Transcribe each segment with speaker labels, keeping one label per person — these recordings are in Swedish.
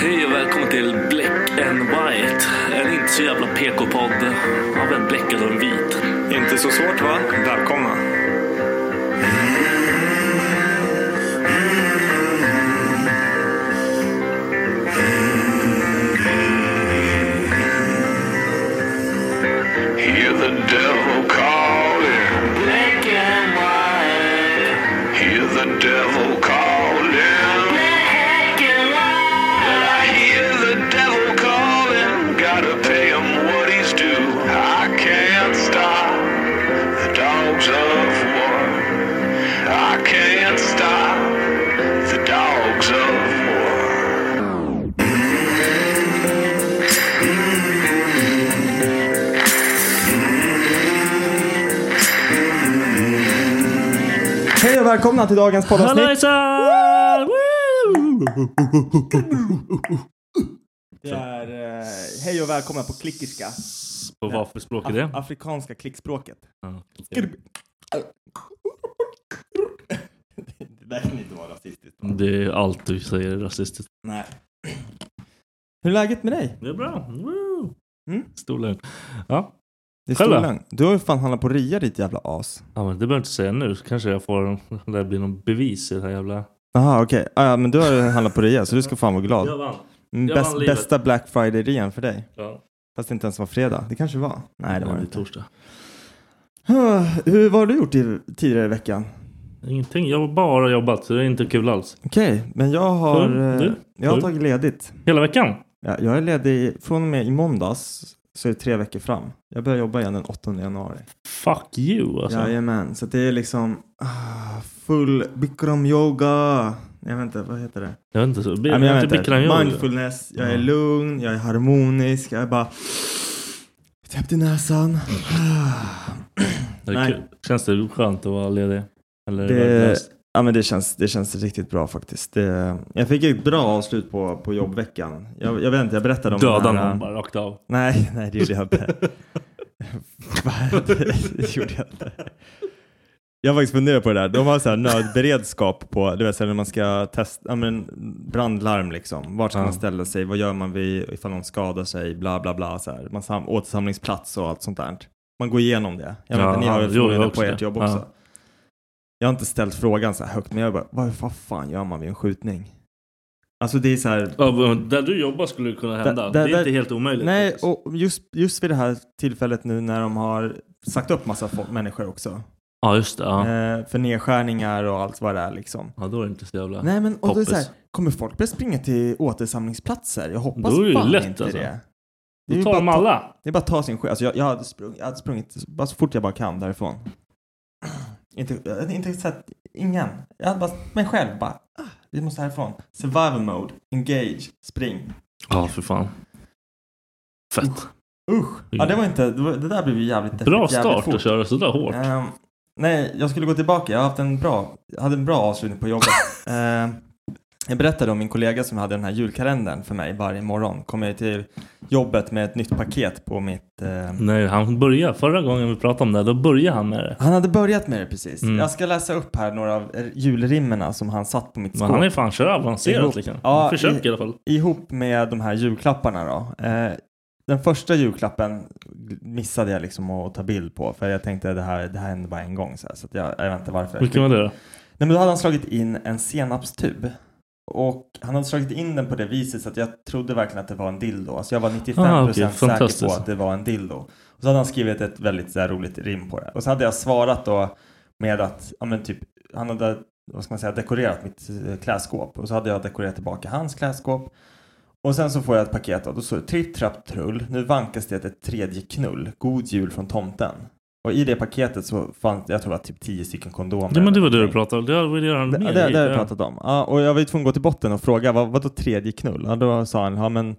Speaker 1: Hej och välkommen till Black and White. En inte så jävla PK-podd av en bläckad och en vit.
Speaker 2: Inte så svårt va? Välkomna.
Speaker 3: Hear the devil calling. Black and white. Hear the devil calling. Black and white. I hear the devil calling. Gotta pay him what he's due. I can't stop the dogs of war. I can't stop the dogs of war.
Speaker 2: Hej och välkomna till dagens poddavsnitt.
Speaker 1: Hallåjsan!
Speaker 2: Det är, eh, hej och välkomna på klickiska.
Speaker 1: Och vad för språk är
Speaker 2: Af-
Speaker 1: det?
Speaker 2: Afrikanska klickspråket.
Speaker 1: Ja.
Speaker 2: Det där kan inte vara rasistiskt.
Speaker 1: Det är allt du säger är rasistiskt.
Speaker 2: Nej. Hur är läget med dig?
Speaker 1: Det är bra. Woo!
Speaker 2: Mm.
Speaker 1: Stolen. Ja.
Speaker 2: Det är
Speaker 1: Själv då?
Speaker 2: stolen. Du har ju fan handlat på ria ditt jävla as.
Speaker 1: ja, men det behöver jag inte säga nu. Så Kanske jag får, det blir någon bevis i det här jävla...
Speaker 2: Jaha okej, ah, ja, men du har handlat på ria så du ska fan vara glad.
Speaker 1: Jag vann.
Speaker 2: Mm,
Speaker 1: jag vann
Speaker 2: Bäst,
Speaker 1: livet.
Speaker 2: bästa Black Friday-rean för dig.
Speaker 1: Ja.
Speaker 2: Fast det inte ens var fredag. Det kanske var? Nej det var det
Speaker 1: är
Speaker 2: inte.
Speaker 1: torsdag.
Speaker 2: Hur, vad har du gjort i, tidigare i veckan?
Speaker 1: Ingenting. Jag har bara jobbat. Så det är inte kul alls.
Speaker 2: Okej, men jag har,
Speaker 1: Full,
Speaker 2: eh,
Speaker 1: du?
Speaker 2: jag har
Speaker 1: Full.
Speaker 2: tagit ledigt.
Speaker 1: Hela veckan.
Speaker 2: Ja, jag är ledig från och med i måndags, så är det tre veckor fram. Jag börjar jobba igen den 8 januari.
Speaker 1: Fuck you alltså.
Speaker 2: Jajamän, så det är liksom ah, full Bikram yoga. Jag vet inte, vad heter det?
Speaker 1: Jag vet inte. Så,
Speaker 2: Nej,
Speaker 1: jag
Speaker 2: men jag
Speaker 1: inte
Speaker 2: vet inte.
Speaker 1: Bikram yoga.
Speaker 2: Mindfulness, jag är
Speaker 1: Ja.
Speaker 2: lugn, jag är harmonisk, jag är bara täppt i näsan. Ah,
Speaker 1: Det är
Speaker 2: Nej.
Speaker 1: kul. Känns det skönt att vara ledig? Eller är det...
Speaker 2: Det,
Speaker 1: värdelöst?
Speaker 2: ja, men det, känns, det känns riktigt bra faktiskt. Det, jag fick ett bra avslut på, på jobbveckan. Jag, jag vet inte, jag berättade om den
Speaker 1: Döda
Speaker 2: här-
Speaker 1: någon bara rakt av.
Speaker 2: Nej, nej det gjorde jag inte. det gjorde jag inte. Jag har faktiskt funderat på det där. De har så här nödberedskap på, du vet så här när man ska testa, ja men brandlarm liksom. Vart ska
Speaker 1: Ja.
Speaker 2: man ställa sig? Vad gör man vid, ifall någon skadar sig? Bla bla bla. Så här. Man sam, återsamlingsplats och allt sånt där. Man går igenom det. Jag vet
Speaker 1: Ja,
Speaker 2: inte, ni har
Speaker 1: jo, jag
Speaker 2: ju förmodligen
Speaker 1: också
Speaker 2: på ert
Speaker 1: det.
Speaker 2: jobb
Speaker 1: Ja.
Speaker 2: också. Jag har inte ställt frågan så här högt, men jag bara, vad, vad fan gör man vid en skjutning? Alltså det är så här,
Speaker 1: Ja, men där du jobbar skulle det kunna hända.
Speaker 2: Där- där-
Speaker 1: det är inte
Speaker 2: där-
Speaker 1: helt omöjligt.
Speaker 2: Nej,
Speaker 1: faktiskt.
Speaker 2: och just, just vid det här tillfället nu när de har sagt upp massa folk, människor också.
Speaker 1: Ja, just det. Ja.
Speaker 2: Eh, för nedskärningar och allt vad det är liksom.
Speaker 1: ja, då är det inte så jävla...
Speaker 2: Nej men och då är det så här,
Speaker 1: Hoppes.
Speaker 2: kommer folk börja springa till återsamlingsplatser? Jag hoppas
Speaker 1: Då är det ju
Speaker 2: fan
Speaker 1: lätt,
Speaker 2: inte
Speaker 1: alltså.
Speaker 2: det. Det är
Speaker 1: Då
Speaker 2: ju
Speaker 1: tar
Speaker 2: bara
Speaker 1: de
Speaker 2: att ta-
Speaker 1: alla.
Speaker 2: Det är bara att ta sin skit. Alltså, jag, jag, hade sprung, jag hade sprungit bara så fort jag bara kan därifrån. Inte, jag hade inte sett ingen. Jag hade bara mig själv bara, ah, vi måste härifrån. Survival mode, engage, spring.
Speaker 4: Ja, för fan. Fett.
Speaker 2: Usch! Ja,
Speaker 1: Mm.
Speaker 2: det var inte, det var- det där blev ju jävligt
Speaker 4: Bra
Speaker 2: jävligt
Speaker 4: start
Speaker 2: fort.
Speaker 4: att köra sådär hårt.
Speaker 2: Ehm, nej, jag skulle gå tillbaka. Jag har haft en bra, jag hade en bra avslutning på jobbet. Ehm, jag berättade om min kollega som hade den här julkalendern för mig varje morgon. Kom jag till jobbet med ett nytt paket på mitt... ehm,
Speaker 4: Nej, han började, förra gången vi pratade om det, då började han med det.
Speaker 2: han hade börjat med det precis.
Speaker 4: Mm.
Speaker 2: Jag ska läsa upp här några av eh, julrimmerna som han satt på mitt
Speaker 4: Men
Speaker 2: skåp.
Speaker 4: han är fan kör avancerat
Speaker 2: Ihop.
Speaker 4: liksom.
Speaker 2: Ja,
Speaker 4: Ja, Försök i,
Speaker 2: i-
Speaker 4: alla fall.
Speaker 2: Ihop med de här julklapparna då. Eh, den första julklappen missade jag liksom att ta bild på för jag tänkte det här, det här hände bara en gång så, här, så att jag, jag vet inte varför.
Speaker 4: Vilken var det då?
Speaker 2: Nej, men då hade han slagit in en senapstub. Och han hade slagit in den på det viset så att jag trodde verkligen att det var en dildo. Alltså jag var 95%
Speaker 4: Ah, okej.
Speaker 2: säker på
Speaker 4: Fantastiskt.
Speaker 2: att det var en dildo. Och så hade han skrivit ett väldigt så här, roligt rim på det. Och så hade jag svarat då med att, ja men typ, han hade, vad ska man säga, dekorerat mitt eh, klädskåp. Och så hade jag dekorerat tillbaka hans klädskåp. Och sen så får jag ett paket och då står det tripp, trapp, trull. Nu vankas det ett tredje knull. God jul från tomten. Och i det paketet så fanns, jag tror det var typ 10 stycken kondomer.
Speaker 4: Ja, men det var det
Speaker 2: eller
Speaker 4: du pratade om. Det var det han
Speaker 2: det,
Speaker 4: mer
Speaker 2: det, det har
Speaker 4: gick,
Speaker 2: vi
Speaker 4: ja.
Speaker 2: pratat om. Ja, och jag var ju tvungen att gå till botten och fråga vad, vad då tredje knull? Ja, då sa han, ja men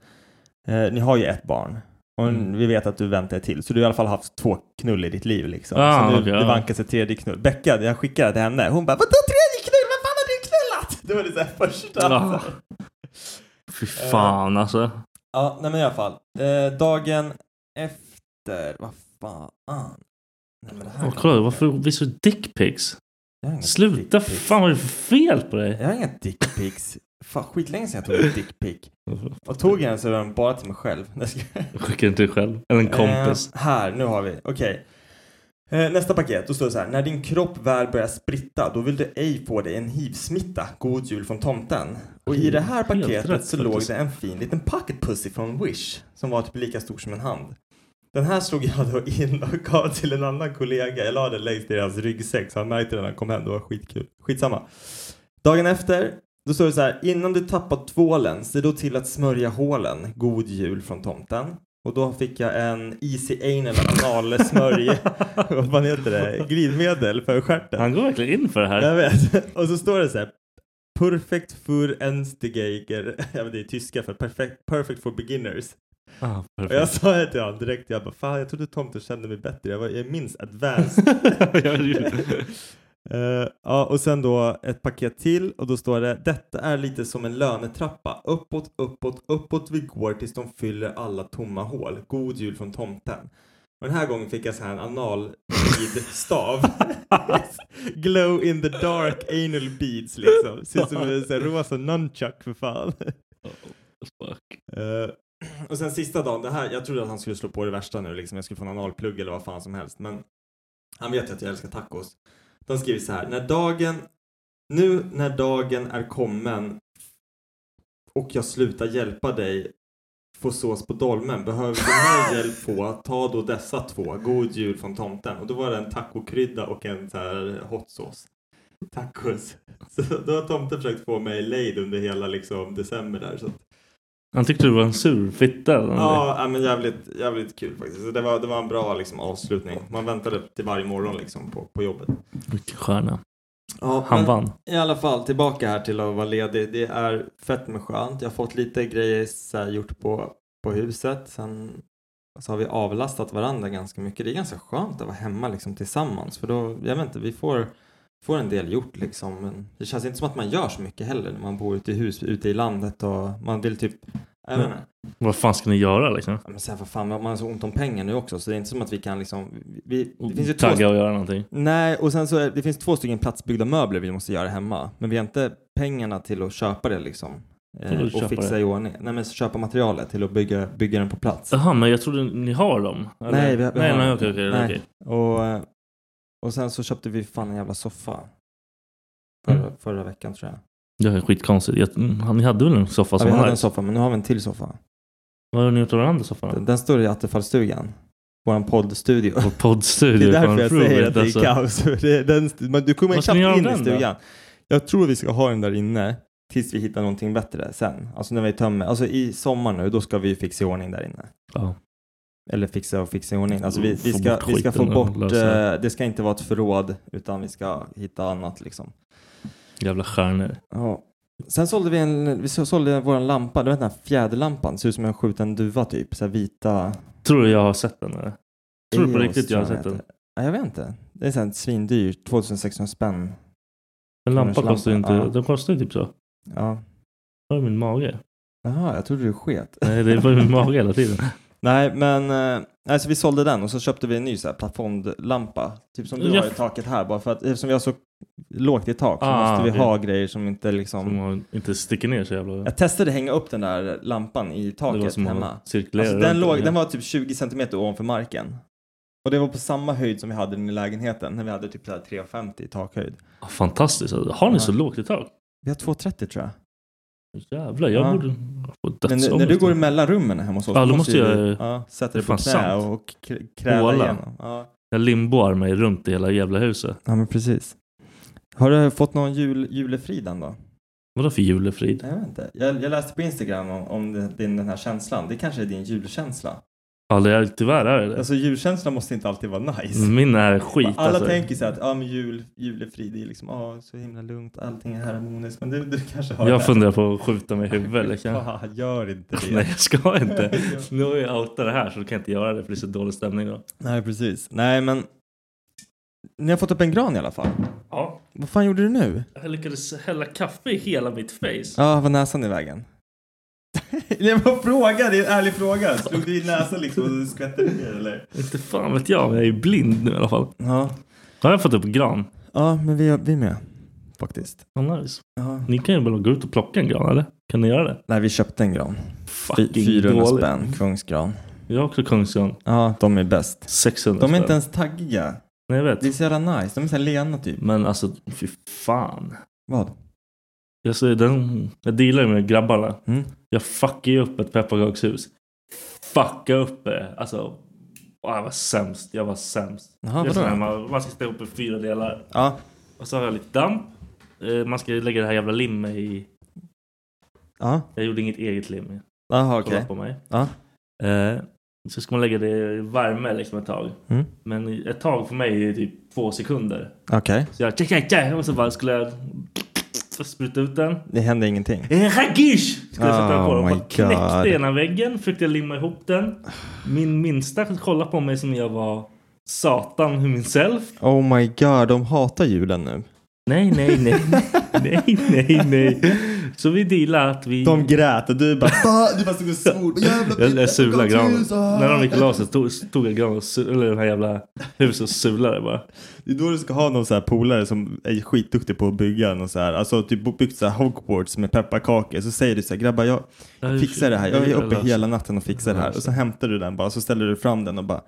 Speaker 2: eh, ni har ju ett barn och
Speaker 4: Mm.
Speaker 2: vi vet att du väntar ett till så du har i alla fall haft två knull i ditt liv liksom.
Speaker 4: Ah,
Speaker 2: så nu,
Speaker 4: okej,
Speaker 2: det
Speaker 4: ja.
Speaker 2: vankas ett tredje knull. Becka, jag skickade till henne, hon bara vadå tredje knull? Vad fan har du knullat? Det var det så här första.
Speaker 4: Ja. Fy fan alltså.
Speaker 2: Ja, nej men i alla fall. Eh, dagen efter, vad fan? Nej, men det här
Speaker 4: Åh, kolla, varför blir så dickpics?
Speaker 2: Jag har inget
Speaker 4: Sluta,
Speaker 2: dick pics.
Speaker 4: fan vad är det för fel på dig?
Speaker 2: Jag har inga dickpics. Fan, skitlänge sedan jag tog en dickpic. Och tog jag den så var den bara till mig själv. Nej, jag skojar.
Speaker 4: Skickar inte dig själv. Eller en kompis.
Speaker 2: Eh, här, nu har vi. Okej. Eh, nästa paket, då står det så här. När din kropp väl börjar spritta, då vill du ej få dig en hivsmitta. God jul från tomten. Och i det här
Speaker 4: Helt
Speaker 2: paketet
Speaker 4: rätt,
Speaker 2: så låg
Speaker 4: faktiskt.
Speaker 2: det en fin liten pocket pussy från Wish. Som var typ lika stor som en hand. Den här slog jag då in och gav till en annan kollega. Jag la den längst i deras ryggsäck så han märkte den när han kom hem. Det var skitkul. Skitsamma. Dagen efter, då står det så här. Innan du tappat tvålen, se då till att smörja hålen. God jul från tomten. Och då fick jag en Easy Anal analsmörj, vad fan heter det, glidmedel för stjärten.
Speaker 4: Han går verkligen in för det här.
Speaker 2: Jag vet. Och så står det så här. Perfect för Enstigager. Ja men det är tyska för perfect, perfect for beginners.
Speaker 4: Ah,
Speaker 2: Och jag
Speaker 4: perfekt.
Speaker 2: sa det till honom direkt, jag bara fan jag trodde tomten kände mig bättre, jag, var, jag är minst advanced.
Speaker 4: Jag är ju-
Speaker 2: Eh, ja, och sen då ett paket till och då står det detta är lite som en lönetrappa. Uppåt, uppåt, uppåt vi går tills de fyller alla tomma hål. God jul från tomten. Och den här gången fick jag så här en anal stav. Glow in the dark anal beads liksom. Ser ut som en så här rosa nunchuck för fan.
Speaker 4: Fuck.
Speaker 2: Eh, och sen sista dagen, det här, jag trodde att han skulle slå på det värsta nu, liksom. jag skulle få en analplugg eller vad fan som helst. Men han vet ju att jag älskar tacos. De skriver så här, när dagen, nu när dagen är kommen och jag slutar hjälpa dig få sås på dolmen, behöver du mer hjälp få, ta då dessa två, god jul från tomten. Och då var det en tacokrydda och en så här hot sauce. Tacos. Så då har tomten försökt få mig lejd under hela liksom december där. Så att
Speaker 4: Han tyckte du var en sur fitta.
Speaker 2: Ja, ja, men jävligt, jävligt kul faktiskt. Så det, var, det var en bra liksom, avslutning. Man väntade till varje morgon liksom, på, på jobbet.
Speaker 4: Vilken stjärna.
Speaker 2: Ja,
Speaker 4: Han
Speaker 2: men
Speaker 4: vann.
Speaker 2: I alla fall, tillbaka här till att vara ledig. Det är fett med skönt. Jag har fått lite grejer så här, gjort på, på huset. Sen så har vi avlastat varandra ganska mycket. Det är ganska skönt att vara hemma liksom, tillsammans. För då, jag vet inte, vi får, får en del gjort liksom. Men det känns inte som att man gör så mycket heller när man bor ute i hus ute i landet och man vill typ, jag vet inte.
Speaker 4: Vad fan ska ni göra liksom?
Speaker 2: Ja, Men sen för fan, man har så ont om pengar nu också så det är inte som att vi kan liksom... Vi, det finns ju två...
Speaker 4: Tagga och göra någonting.
Speaker 2: Nej, och sen så är, det finns två stycken platsbyggda möbler vi måste göra hemma. Men vi har inte pengarna till att köpa det liksom.
Speaker 4: Vadå
Speaker 2: Eh, och
Speaker 4: köpa
Speaker 2: fixa
Speaker 4: det?
Speaker 2: i ordning. Nej men så köpa materialet till att bygga, bygga den på plats.
Speaker 4: Jaha, men jag trodde ni har dem. eller?
Speaker 2: Nej, vi har- vi
Speaker 4: nej,
Speaker 2: har-
Speaker 4: nej, okej, okej,
Speaker 2: nej.
Speaker 4: okej.
Speaker 2: Och, och sen så köpte vi fan en jävla soffa. Förra,
Speaker 4: Mm.
Speaker 2: förra veckan tror jag.
Speaker 4: Det här är skitkonstigt. Jag, mm, han- ni hade väl en soffa
Speaker 2: Ja,
Speaker 4: som
Speaker 2: vi
Speaker 4: ja,
Speaker 2: hade en
Speaker 4: här?
Speaker 2: soffa men nu har vi en till soffa.
Speaker 4: Vad har ni gjort av den andra soffan?
Speaker 2: Den, den står i Attefallsstugan. Våran poddstudio.
Speaker 4: Vår
Speaker 2: Det
Speaker 4: poddstudio.
Speaker 2: är därför
Speaker 4: fan,
Speaker 2: jag
Speaker 4: prove
Speaker 2: säger
Speaker 4: it,
Speaker 2: att det är
Speaker 4: alltså.
Speaker 2: kaos. Det är den, st- men du kommer
Speaker 4: Vad ska ni göra
Speaker 2: knappt in
Speaker 4: av
Speaker 2: i
Speaker 4: den då?
Speaker 2: stugan. Jag tror vi ska ha den där inne tills vi hittar någonting bättre sen. Alltså när vi tömmer. Alltså i sommar nu, då ska vi ju fixa i ordning där inne.
Speaker 4: Ja.
Speaker 2: Eller fixa och fixa i ordning. Alltså vi, vi,
Speaker 1: Få
Speaker 2: ska,
Speaker 1: bort
Speaker 2: vi ska få
Speaker 1: skiten och
Speaker 2: bort,
Speaker 1: lösa-
Speaker 2: eh, det ska inte vara ett förråd utan vi ska hitta annat liksom.
Speaker 1: Jävla stjärnor.
Speaker 2: Ja. Sen sålde vi en, vi så- sålde vår lampa, du vet den här fjäderlampan, ser ut som en skjuten duva typ, så här vita.
Speaker 1: Tror du jag har sett den eller? Tror du på
Speaker 2: Eos,
Speaker 1: riktigt jag har
Speaker 2: tror
Speaker 1: sett den?
Speaker 2: heter. Nej, jag vet inte. Det är så här svindyr, 2600 spänn.
Speaker 1: En lampa
Speaker 2: Lampa,
Speaker 1: kostar ju inte,
Speaker 2: ja.
Speaker 1: den kostar ju typ så.
Speaker 2: Ja.
Speaker 1: Det var min mage.
Speaker 2: Jaha, jag trodde du sket.
Speaker 1: Nej, det var min mage hela tiden.
Speaker 2: Nej, men eh, nej, så vi sålde den och så köpte vi en ny så här plafondlampa. Typ som du
Speaker 1: Ja.
Speaker 2: har i taket här. Bara för att, eftersom vi har så lågt i tak så
Speaker 1: Ah,
Speaker 2: måste vi
Speaker 1: det-
Speaker 2: ha grejer som inte
Speaker 1: Som
Speaker 2: liksom...
Speaker 1: har- inte sticker ner så jävla...
Speaker 2: Jag testade hänga upp den där lampan i
Speaker 1: det var
Speaker 2: taket
Speaker 1: som
Speaker 2: hemma.
Speaker 1: att cirkulera
Speaker 2: Alltså, den,
Speaker 1: runt
Speaker 2: låg,
Speaker 1: den.
Speaker 2: den var typ 20 centimeter ovanför marken. Och det var på samma höjd som vi hade den i lägenheten. När vi hade typ så här 3,50 i takhöjd.
Speaker 1: Ah, Fantastiskt. alltså. Har ni
Speaker 2: Ja.
Speaker 1: så lågt i tak?
Speaker 2: Vi har 2,30 tror jag.
Speaker 1: Jävlar, jag
Speaker 2: Ja.
Speaker 1: borde få
Speaker 2: Men
Speaker 1: dödsångest.
Speaker 2: när- när du går emellan rummen hemma hos oss.
Speaker 1: Ja,
Speaker 2: då
Speaker 1: då måste
Speaker 2: du,
Speaker 1: jag-
Speaker 2: ja, sätta
Speaker 1: det är
Speaker 2: dig
Speaker 1: fan
Speaker 2: på knä
Speaker 1: sant.
Speaker 2: och kr- kräla
Speaker 1: Åla.
Speaker 2: igenom. Ja.
Speaker 1: Jag limboar mig runt i hela jävla huset.
Speaker 2: Ja, men precis. Har du fått någon jul, julefridan då?
Speaker 1: Vadå för julefrid?
Speaker 2: Nej, Jag vet inte. Jag, jag läste på Instagram om, om den, din- den här känslan. Det kanske är din julkänsla.
Speaker 1: Ja, det är, tyvärr är det
Speaker 2: Alltså julkänslan måste inte alltid vara nice.
Speaker 1: Min är skit
Speaker 2: Alla
Speaker 1: alltså.
Speaker 2: tänker så här att ja, men jul, julefrid det är liksom ah, så himla lugnt, allting är harmoniskt. Men du, du kanske har
Speaker 1: Jag
Speaker 2: det.
Speaker 1: funderar på att skjuta mig i huvudet. Liksom.
Speaker 2: Fan, gör inte det.
Speaker 1: Nej, jag ska inte. Nu har jag outat det här så du kan jag inte göra det för det är så dålig stämning då.
Speaker 2: Nej, precis. Nej, men ni har fått upp en gran i alla fall.
Speaker 1: Ja,
Speaker 2: Vad fan gjorde du nu?
Speaker 1: jag lyckades hälla kaffe i hela mitt face.
Speaker 2: Ja, var näsan i vägen? Jag bara frågar, det är en ärlig fråga. Slog du i näsan liksom och skvätte ner eller?
Speaker 1: Inte fan vet jag, men jag är blind nu i alla fall.
Speaker 2: Ja,
Speaker 1: Har jag fått upp gran?
Speaker 2: ja men vi, vi är med. Faktiskt.
Speaker 1: Oh, nice.
Speaker 2: Ja.
Speaker 1: Ni kan ju bara gå ut och plocka en gran eller? Kan ni göra det?
Speaker 2: Nej, vi köpte en gran. Fy-
Speaker 1: Fucking
Speaker 2: 400
Speaker 1: dåligt.
Speaker 2: spänn, kungsgran.
Speaker 1: Jag har också kungsgran.
Speaker 2: Ja, de är bäst.
Speaker 1: 600
Speaker 2: De är
Speaker 1: spänn.
Speaker 2: inte ens taggiga.
Speaker 1: Nej, jag
Speaker 2: Det är
Speaker 1: vet.
Speaker 2: så jävla nice. De är så här lena typ.
Speaker 1: Men alltså, fy fan.
Speaker 2: Vad?
Speaker 1: Jag, ser den, jag dealar ju med grabbarna.
Speaker 2: Mm.
Speaker 1: Jag fuckar ju upp ett pepparkakshus. Fucka upp det. Alltså, åh, jag var sämst. Jag var sämst.
Speaker 2: Jaha,
Speaker 1: det är
Speaker 2: vadå?
Speaker 1: så här, man, man ska ställa upp i fyra delar.
Speaker 2: Ja.
Speaker 1: Och så har jag lite damp. Eh, Man ska lägga det här jävla limmet i.
Speaker 2: Ja.
Speaker 1: Jag gjorde inget eget lim.
Speaker 2: Jaha,
Speaker 1: Kolla
Speaker 2: okej.
Speaker 1: på mig.
Speaker 2: Ja.
Speaker 1: Eh, Så ska man lägga det i värme liksom ett tag.
Speaker 2: Mm.
Speaker 1: Men ett tag för mig är typ två sekunder.
Speaker 2: Okej.
Speaker 1: Så jag tja, tja, tja, och så bara skulle jag spruta ut den.
Speaker 2: Det hände ingenting.
Speaker 1: En Ragish! Skulle jag sätta
Speaker 2: Oh
Speaker 1: på den.
Speaker 2: my
Speaker 1: Bara knäckte
Speaker 2: God.
Speaker 1: ena väggen, försökte limma ihop den. Min minsta kollade på mig som jag var Satan hur min self.
Speaker 2: Oh my god, de hatar julen nu.
Speaker 1: Nej, nej, nej, nej, nej, nej. Så vi dealade att vi...
Speaker 2: De grät och du bara... "Fan", du bara stod och svor. Jävla
Speaker 1: jag jag sulade granen.
Speaker 2: pepparkakshus, ah.
Speaker 1: När de gick och la sig tog, tog jag granen och su- eller den här jävla huset och sulade bara.
Speaker 2: Det är då du ska ha någon så här polare som är skitduktig på att bygga någon så här, alltså typ byggt så här Hogwarts med pepparkakor. Så säger du så här, grabbar jag
Speaker 1: Jag
Speaker 2: fixar det här. Jag är uppe
Speaker 1: löser-
Speaker 2: hela natten och fixar det här. Och så hämtar du den bara, så ställer du fram den och bara,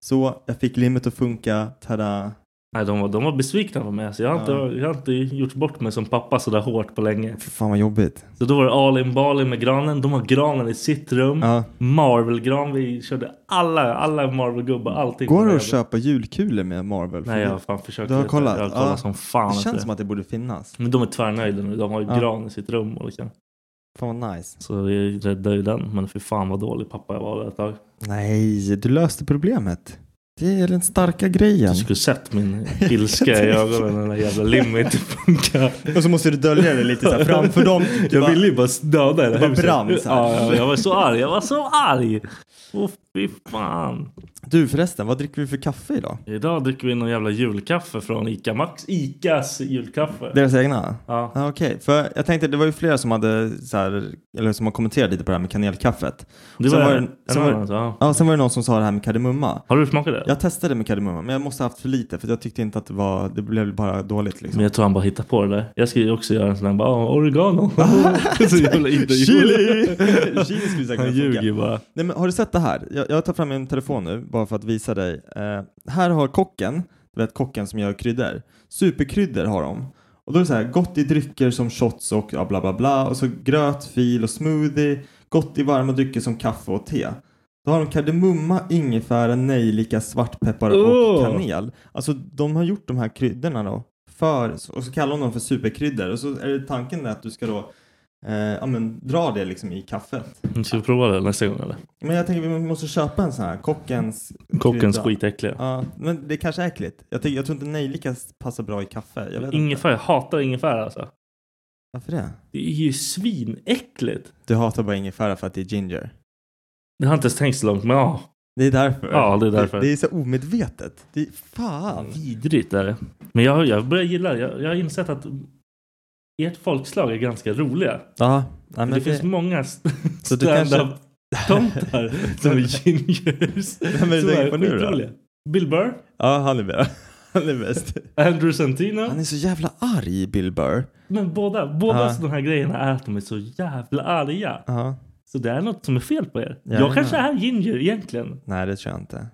Speaker 2: så jag fick limmet att funka, tada.
Speaker 1: Nej, de var, de var besvikna på mig. Alltså, jag, har inte,
Speaker 2: Ja.
Speaker 1: jag har inte gjort bort mig som pappa sådär hårt på länge.
Speaker 2: Fy fan vad jobbigt.
Speaker 1: Så då var det all in ball in med granen. De har granen i sitt rum.
Speaker 2: Ja.
Speaker 1: Marvel-gran. Vi körde alla, alla Marvel-gubbar. Allting.
Speaker 2: Går
Speaker 1: på
Speaker 2: det
Speaker 1: den
Speaker 2: att köpa julkulor med Marvel? För
Speaker 1: Nej, jag
Speaker 2: det-
Speaker 1: har fan försökt.
Speaker 2: Du har
Speaker 1: lite.
Speaker 2: kollat?
Speaker 1: Jag har kollat
Speaker 2: Ja.
Speaker 1: som fan.
Speaker 2: det
Speaker 1: efter
Speaker 2: känns som att det borde finnas.
Speaker 1: Men de är tvärnöjda nu. De har ju
Speaker 2: Ja.
Speaker 1: gran i sitt rum. Och liksom.
Speaker 2: Fan vad nice.
Speaker 1: Så vi räddade ju den. Men för fan vad dålig pappa jag var där ett tag.
Speaker 2: Nej, du löste problemet. Det är den starka grejen.
Speaker 1: Du skulle sett min ilska i ögonen när den där jävla limmet inte funkar.
Speaker 2: Och så måste du dölja det lite så här framför dem. Du
Speaker 1: Jag
Speaker 2: bara-
Speaker 1: ville ju bara döda hela
Speaker 2: Det bara
Speaker 1: huset.
Speaker 2: brann så här.
Speaker 1: ja, ja, jag var så arg. Jag var så arg. Åh fy fan.
Speaker 2: Du förresten, vad dricker vi för kaffe idag?
Speaker 1: Idag dricker vi någon jävla julkaffe från Ica Max. Icas julkaffe.
Speaker 2: Deras egna?
Speaker 1: Ja.
Speaker 2: Ja, Okej, för jag tänkte det var ju flera som hade så här, eller som har kommenterat lite på det här med kanelkaffet.
Speaker 1: Det
Speaker 2: Sen
Speaker 1: var,
Speaker 2: var det-
Speaker 1: en
Speaker 2: sen var det-
Speaker 1: annan. så, Ja.
Speaker 2: Ja, sen var det någon som sa det här med kardemumma.
Speaker 1: Har du smakat det?
Speaker 2: Jag testade med kardemumma, men jag måste ha haft för lite för jag tyckte inte att det var, det blev bara dåligt liksom.
Speaker 1: Men jag tror han bara hittar på det där. Jag ska ju också göra en sån här bara, "Åh, oregano. så jävla inte
Speaker 2: Ah, Chili! Chili skulle säkert
Speaker 1: Han
Speaker 2: funka.
Speaker 1: ljuger ju bara.
Speaker 2: Nej, men har du sett det här? Jag, jag tar fram min telefon nu bara för att visa dig. Eh, här har kocken, du vet kocken som gör kryddor, superkryddor har de. Och då är det så här, gott i drycker som shots och ja, bla bla bla och så gröt, fil och smoothie, gott i varma drycker som kaffe och te. Då har de kardemumma, ingefära, nejlika, svartpeppar och
Speaker 1: Åh!
Speaker 2: kanel. Alltså de har gjort de här kryddorna då för, och så kallar de dem för superkryddor och så är det tanken där att du ska då eh, ja, men dra det liksom i kaffet.
Speaker 1: Ska vi prova det nästa gång eller?
Speaker 2: Men jag tänker vi måste köpa en sån här kockens
Speaker 1: Kockens
Speaker 2: krydda.
Speaker 1: skitäckliga.
Speaker 2: Ja, men det kanske är äckligt. Jag, tycker, jag tror inte nejlika passar bra i kaffe. Jag vet inte.
Speaker 1: Ingefära, jag hatar ingefära alltså.
Speaker 2: Varför det?
Speaker 1: Det är ju svinäckligt.
Speaker 2: Du hatar bara ingefära för att det är ginger.
Speaker 1: Jag har inte ens tänkt så långt men ja,
Speaker 2: Det är därför.
Speaker 1: Ja, det är därför. Mm.
Speaker 2: Det, är så omedvetet. Det är, fan.
Speaker 1: vidrigt är det. Men jag, jag börjar gilla det. Jag, jag har insett att ert folkslag är ganska roliga.
Speaker 2: Ja, nej, men
Speaker 1: det, finns många st-
Speaker 2: Så du kanske-
Speaker 1: standup-tomtar som är gingers.
Speaker 2: Vem är det
Speaker 1: som
Speaker 2: du tänker på nu då?
Speaker 1: skitroliga. Bill Burr,
Speaker 2: Ja, han är bäst. Han är bäst.
Speaker 1: Andrew Santino.
Speaker 2: Han är så jävla arg, Bill Burr.
Speaker 1: Men båda, båda
Speaker 2: Ja.
Speaker 1: de här grejerna är att de är så jävla arga.
Speaker 2: Ja.
Speaker 1: Så det är något som är fel på er.
Speaker 2: Ja,
Speaker 1: jag
Speaker 2: ja.
Speaker 1: kanske är ginger egentligen.
Speaker 2: Nej, det tror jag inte.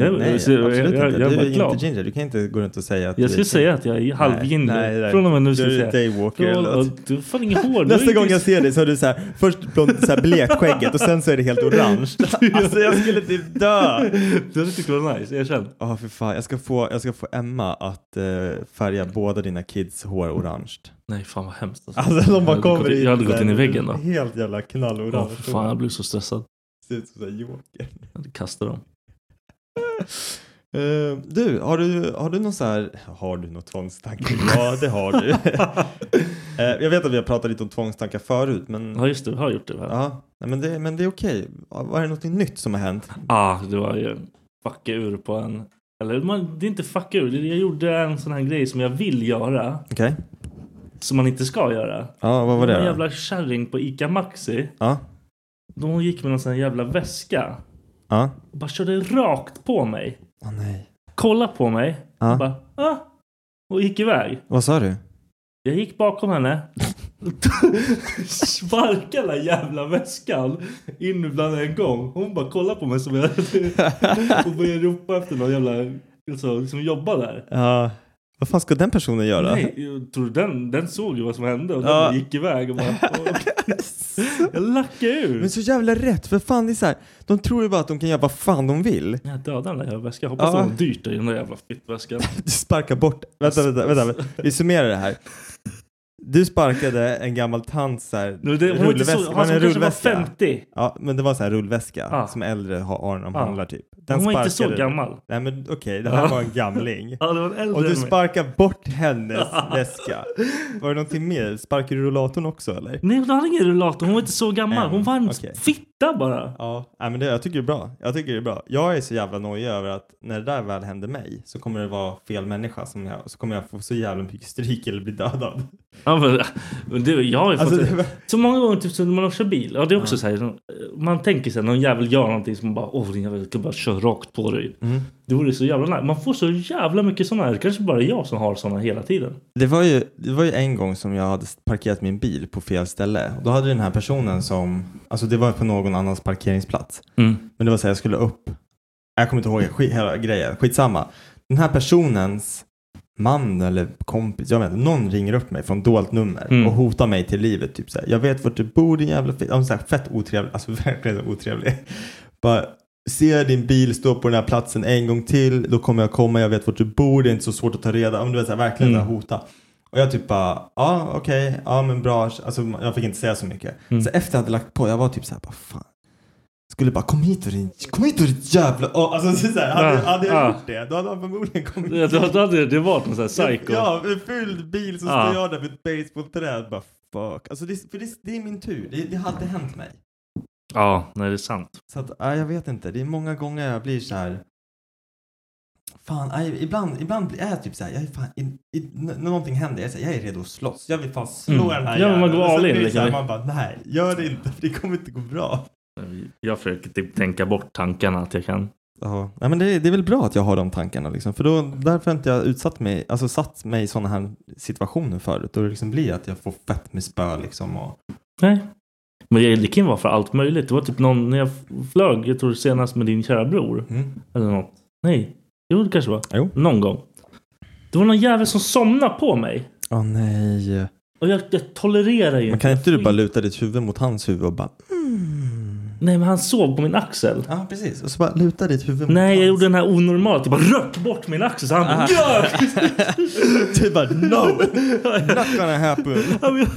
Speaker 1: Jag-
Speaker 2: nej,
Speaker 1: jag- jag-
Speaker 2: absolut
Speaker 1: jag-
Speaker 2: inte.
Speaker 1: jag är
Speaker 2: du
Speaker 1: bara
Speaker 2: är
Speaker 1: glad.
Speaker 2: inte ginger. Du kan inte gå runt och säga att
Speaker 1: Jag
Speaker 2: du
Speaker 1: ska
Speaker 2: är
Speaker 1: säga att jag är halvginger. Från och med nu ska
Speaker 2: Du
Speaker 1: jag
Speaker 2: är
Speaker 1: säga.
Speaker 2: daywalker
Speaker 1: Från,
Speaker 2: eller något.
Speaker 1: och, du har fan ingen hår. Du
Speaker 2: Nästa
Speaker 1: är
Speaker 2: gång jag
Speaker 1: inte-
Speaker 2: ser dig så har du så här, först blond, så här blekt skägget och sen så är det helt orange. Alltså jag skulle typ dö.
Speaker 1: Du hade tyckt det var nice, erkänn.
Speaker 2: Ja, för fan. Jag ska, få, jag ska få Emma att eh, färga båda dina kids hår orange.
Speaker 1: Nej fan vad hemskt. Alltså.
Speaker 2: Alltså de
Speaker 1: Jag
Speaker 2: bara
Speaker 1: hade gått
Speaker 2: kommer
Speaker 1: in-
Speaker 2: in.
Speaker 1: jag hade gått in i
Speaker 2: där,
Speaker 1: väggen då.
Speaker 2: Helt jävla knallorange.
Speaker 1: Åh, för fan, jag blev så stressad.
Speaker 2: Ser ut som en joker.
Speaker 1: Jag hade kastat dem.
Speaker 2: Eh, du, har du, har du någon så här, har du någon tvångstanke? Ja, det har du. Eh, jag vet att vi har pratat lite om tvångstankar förut, men
Speaker 1: Ja just det, vi har gjort det. Här.
Speaker 2: Mm. ja, nej, men det, men det är okej. Ja, Var det något nytt som har hänt?
Speaker 1: Ah, det var ju fucka ur på en... Eller man, det är inte fucka ur. det är- Jag gjorde en sån här grej som jag vill göra.
Speaker 2: Okej.
Speaker 1: Som man inte ska göra.
Speaker 2: Ja, vad var det
Speaker 1: en
Speaker 2: då?
Speaker 1: jävla kärring på Ica Maxi.
Speaker 2: Ja,
Speaker 1: De gick med någon sån här jävla väska.
Speaker 2: ja.
Speaker 1: Och bara körde rakt på mig.
Speaker 2: Åh nej.
Speaker 1: Kolla på mig.
Speaker 2: Ja.
Speaker 1: Och bara ah! Och gick iväg.
Speaker 2: Vad sa du?
Speaker 1: Jag gick bakom henne. Sparkade den här jävla väskan in bland en gång. Hon bara kollade på mig som jag och började ropa efter någon jävla alltså, som jobbade där.
Speaker 2: Ja. Vad fan ska den personen göra?
Speaker 1: Nej, jag tror den, den såg ju vad som hände och
Speaker 2: Ja.
Speaker 1: den gick iväg och bara... jag lackade ur.
Speaker 2: Men så jävla rätt, för fan det är så här, de tror ju bara att de kan göra vad fan de vill.
Speaker 1: Jag dödade den där jävla väskan. Hoppas
Speaker 2: Ja.
Speaker 1: det var dyrt i den där jävla fittväskan.
Speaker 2: Du sparkar bort, vänta, vänta, vänta, vänta. vi summerar det här. Du sparkade en gammal tant så här,
Speaker 1: Nu, det- Hon var inte så...
Speaker 2: rullväska-
Speaker 1: Han
Speaker 2: men
Speaker 1: som
Speaker 2: en
Speaker 1: kanske var
Speaker 2: rullväska.
Speaker 1: 50.
Speaker 2: Ja, men det var så här rullväska
Speaker 1: Ja.
Speaker 2: som äldre har har när de
Speaker 1: Ja.
Speaker 2: handlar typ.
Speaker 1: Ah. Hon var inte så
Speaker 2: sparkade du.
Speaker 1: gammal. Ah.
Speaker 2: Nej men okej, det här
Speaker 1: Ja.
Speaker 2: var en gamling.
Speaker 1: Ja, det var en äldre
Speaker 2: Och du
Speaker 1: än mig.
Speaker 2: sparkar bort hennes väska. Var det någonting mer? Sparkar du rullatorn också eller?
Speaker 1: Nej, hon hade ingen rullator. Hon var inte så gammal.
Speaker 2: Än,
Speaker 1: Hon var en
Speaker 2: okej.
Speaker 1: fitta bara.
Speaker 2: Ja, nej, men det, jag tycker det är bra. Jag tycker det är bra. Jag är så jävla nojig över att när det där väl händer mig så kommer det vara fel människa som jag, så kommer jag få så jävla mycket stryk eller bli dödad.
Speaker 1: Ja, men, men du, jag har ju fått...
Speaker 2: Alltså, det var-
Speaker 1: Så många gånger typ, så när man kör bil. Ja, det är också så här. Man tänker sig någon jävel gör någonting som man bara åh din jävel, jag kan bara köra rakt på dig.
Speaker 2: Mm.
Speaker 1: Det vore så jävla nice. Man får så jävla mycket sådana här. Det kanske bara är jag som har sådana hela tiden.
Speaker 2: Det var, ju, det var ju en gång som jag hade parkerat min bil på fel ställe. Och Då hade den här personen som, alltså det var på någon annans parkeringsplats. Men det var så här, jag skulle upp. Jag kommer inte ihåg skit, hela grejen, skitsamma. Den här personens man eller kompis, jag vet inte, någon ringer upp mig från dolt nummer
Speaker 1: Mm.
Speaker 2: och hotar mig till livet. Typ så här, jag vet vart du bor din jävla fitta. Ja, så här, Fett otrevlig, alltså verkligen så otrevlig. Bara, ser jag din bil stå på den här platsen en gång till, då kommer jag komma, jag vet vart du bor, det är inte så svårt att ta reda. Ja, men Du vet, så här, verkligen
Speaker 1: Mm.
Speaker 2: så här, hota. Och jag typ bara, ja okej, ja men bra. Alltså jag fick inte säga så mycket.
Speaker 1: Mm.
Speaker 2: Så efter jag hade lagt på, jag var typ så här, bara fan. Skulle bara, kom hit och din, kom hit och ditt jävla... Oh, alltså så så här, hade,
Speaker 1: Ah,
Speaker 2: hade jag
Speaker 1: ah.
Speaker 2: gjort det, då hade han förmodligen kommit
Speaker 1: Ja, Då, då hade det varit någon sån här psycho.
Speaker 2: Ja, en fylld bil så står
Speaker 1: Ah.
Speaker 2: jag där med ett basebollträd bara fuck. Alltså det, för det, det är min tur, det, det hade hänt mig.
Speaker 1: ja nej, det är sant.
Speaker 2: Så att, nej, jag vet inte, det är många gånger jag blir så här. Fan, nej, ibland, ibland är jag typ så här, jag är fan, i, i, när någonting händer, jag är, så här, jag är redo att slåss. Jag vill fan slå
Speaker 1: Mm.
Speaker 2: den här
Speaker 1: Ja, men man
Speaker 2: jäveln.
Speaker 1: går
Speaker 2: Och sen
Speaker 1: all in,
Speaker 2: blir det så här,
Speaker 1: liksom.
Speaker 2: Man bara, nej, gör det inte, för det kommer inte gå bra.
Speaker 1: Jag försöker typ tänka bort tankarna att jag kan.
Speaker 2: Ja, nej, men det, det är väl bra att jag har de tankarna liksom. För då, därför har inte jag utsatt mig, alltså satt mig i sådana här situationer förut. Och det liksom blir att jag får fett med spö liksom. Och,
Speaker 1: Nej. Men det det kan ju vara för allt möjligt. Det var typ någon när jag flög, jag tror senast med din kära bror.
Speaker 2: mm.
Speaker 1: Eller något. Nej. Jo, det kanske var.
Speaker 2: Jo.
Speaker 1: Någon gång. Det var någon jävel som somnade på mig.
Speaker 2: Åh nej.
Speaker 1: Och jag, jag tolererar ju
Speaker 2: Men kan inte du
Speaker 1: skit.
Speaker 2: bara luta ditt huvud mot hans huvud och bara
Speaker 1: Nej, men han sov på min axel.
Speaker 2: Ja, precis. Och så bara luta ditt huvud mot
Speaker 1: Nej, jag
Speaker 2: hans.
Speaker 1: gjorde den här onormalt. Jag bara rök bort min axel. Så han bara, ja!
Speaker 2: Du Typ bara no! Not gonna happen.
Speaker 1: Ja, men jag,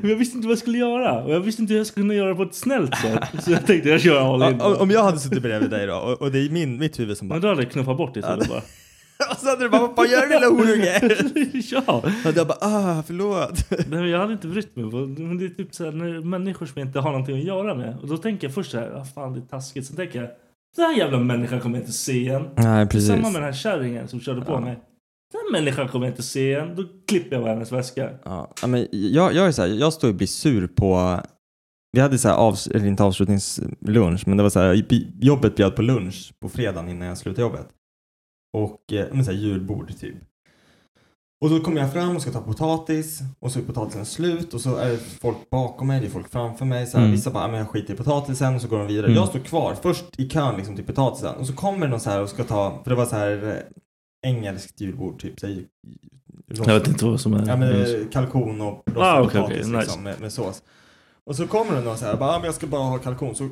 Speaker 1: men jag visste inte vad jag skulle göra. Och jag visste inte hur jag skulle kunna göra det på ett snällt sätt. Så jag tänkte jag kör all in.
Speaker 2: Ja, om- om jag hade suttit bredvid dig då och, och det är min, mitt huvud som bara...
Speaker 1: Men då hade jag knuffat bort det istället bara.
Speaker 2: Och så hade du bara, vad gör du lilla horunge?
Speaker 1: ja.
Speaker 2: Och jag bara, ah förlåt.
Speaker 1: Nej, men jag hade inte brytt mig. Men det är typ så här, när människor som jag inte har någonting att göra med. Och då tänker jag först så här, ah, fan det är taskigt. Sen tänker jag, den här jävla människan kommer jag inte se igen.
Speaker 2: Nej
Speaker 1: Samma med den här kärringen som körde på mig. Den här människan kommer jag inte se igen. Då klipper jag bara hennes väska.
Speaker 2: Ja, ja, men jag, jag är så här, jag står och blir sur på... Vi hade så här avs, eller inte avslutningslunch, men det var så här, bi- jobbet bjöd på lunch på fredagen innan jag slutade jobbet. Och eh, men så här, julbord typ. Och då kommer jag fram och ska ta potatis och så är potatisen slut och så är det folk bakom mig, det är folk framför mig. Så här, Vissa bara, "Ah, men jag skiter i potatisen och så går de vidare. Jag står kvar först i kön liksom, till potatisen och så kommer någon så här och ska ta, för det var så här eh, engelskt julbord typ. Så här,
Speaker 1: Jag vet inte vad som är...
Speaker 2: Ja, men, eh, kalkon och rostad
Speaker 1: Mm. Ah, okej,
Speaker 2: potatis
Speaker 1: okej, nice.
Speaker 2: liksom, med, med sås. Och så kommer det någon så här, bara, "Ah, men jag ska bara ha kalkon. Så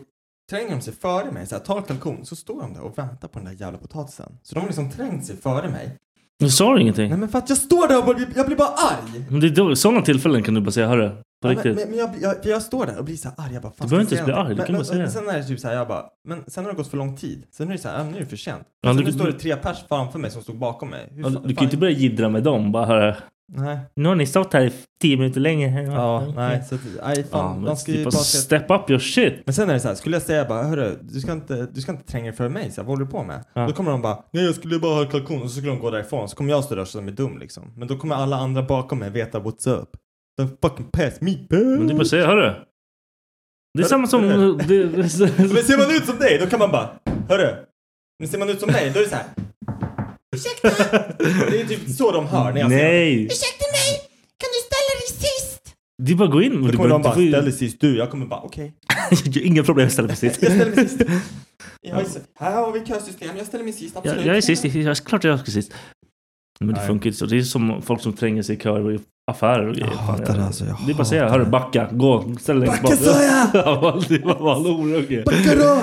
Speaker 2: tränger de sig före mig, så här, tar kalkon, så står de där och väntar på den där jävla potatisen. Så de har liksom trängt sig före
Speaker 1: Mm.
Speaker 2: mig.
Speaker 1: Du sa du ingenting?
Speaker 2: Nej men för att jag står där och bara, jag blir bara arg!
Speaker 1: Men det är då, sådana tillfällen kan du bara säga hörru, på
Speaker 2: Ja, men
Speaker 1: riktigt.
Speaker 2: men, men jag, jag, för jag står där och blir så här arg. Jag bara, fan,
Speaker 1: Du behöver
Speaker 2: ska jag
Speaker 1: inte ens
Speaker 2: säga
Speaker 1: bli
Speaker 2: någonting?
Speaker 1: arg, du kan bara
Speaker 2: men, men,
Speaker 1: säga.
Speaker 2: Sen är det typ så här, jag bara, men sen har det gått för lång tid. Sen är det så här, ja, nu är det för sent.
Speaker 1: Ja,
Speaker 2: sen
Speaker 1: du-
Speaker 2: nu står det tre pers framför mig som stod bakom mig. Hur
Speaker 1: Ja,
Speaker 2: fan-
Speaker 1: du kan ju inte börja jiddra med dem bara hörru.
Speaker 2: Nej,
Speaker 1: Nu har ni stått här i tio minuter längre.
Speaker 2: ja, nej. Så, att- nej,
Speaker 1: Ja,
Speaker 2: fan,
Speaker 1: men
Speaker 2: de ska ju
Speaker 1: typ
Speaker 2: bara...
Speaker 1: bara step up your shit.
Speaker 2: Men sen är det så här, skulle jag säga bara hörru, du ska inte, du ska inte tränga dig för mig, så här, vad håller du på med?
Speaker 1: Ja.
Speaker 2: Då kommer de bara, nej jag skulle bara ha kalkon och så skulle de gå därifrån så kommer jag stå där som är dum liksom. Men då kommer alla andra bakom mig veta what's up. The fucking pass me bitch.
Speaker 1: Men du bara säga hörru. Det är
Speaker 2: Hörru,
Speaker 1: samma som...
Speaker 2: hörru.
Speaker 1: Det, det,
Speaker 2: Men ser man ut som dig, då kan man bara, hörru. Men ser man ut som mig, då är det så här. Ursäkta! Det är typ så de hör när jag säger något.
Speaker 1: nej!
Speaker 2: Ursäkta mig, kan du ställa dig sist?
Speaker 1: Det är bara att gå in.
Speaker 2: Då
Speaker 1: Du
Speaker 2: kommer
Speaker 1: bara,
Speaker 2: de bara,
Speaker 1: du
Speaker 2: ställ
Speaker 1: får,
Speaker 2: dig sist du. Jag kommer bara, okej.
Speaker 1: ju- inga problem, jag ställer mig sist.
Speaker 2: Jag ställer mig sist. Jag är så, här har vi kösystem, jag ställer mig sist, absolut.
Speaker 1: Jag, jag är sist, jag, klart jag ska sist. Men det
Speaker 2: Nej.
Speaker 1: funkar inte så. Det är som folk som tränger sig i köer i affärer och grejer.
Speaker 2: Jag hatar
Speaker 1: Fan,
Speaker 2: det alltså, jag
Speaker 1: Det är bara att säga,
Speaker 2: hatar
Speaker 1: hörru
Speaker 2: det."
Speaker 1: backa, gå, ställ dig längst
Speaker 2: Backa,
Speaker 1: bak."
Speaker 2: sa jag!
Speaker 1: Ja, det var bara orugg.
Speaker 2: Backa då!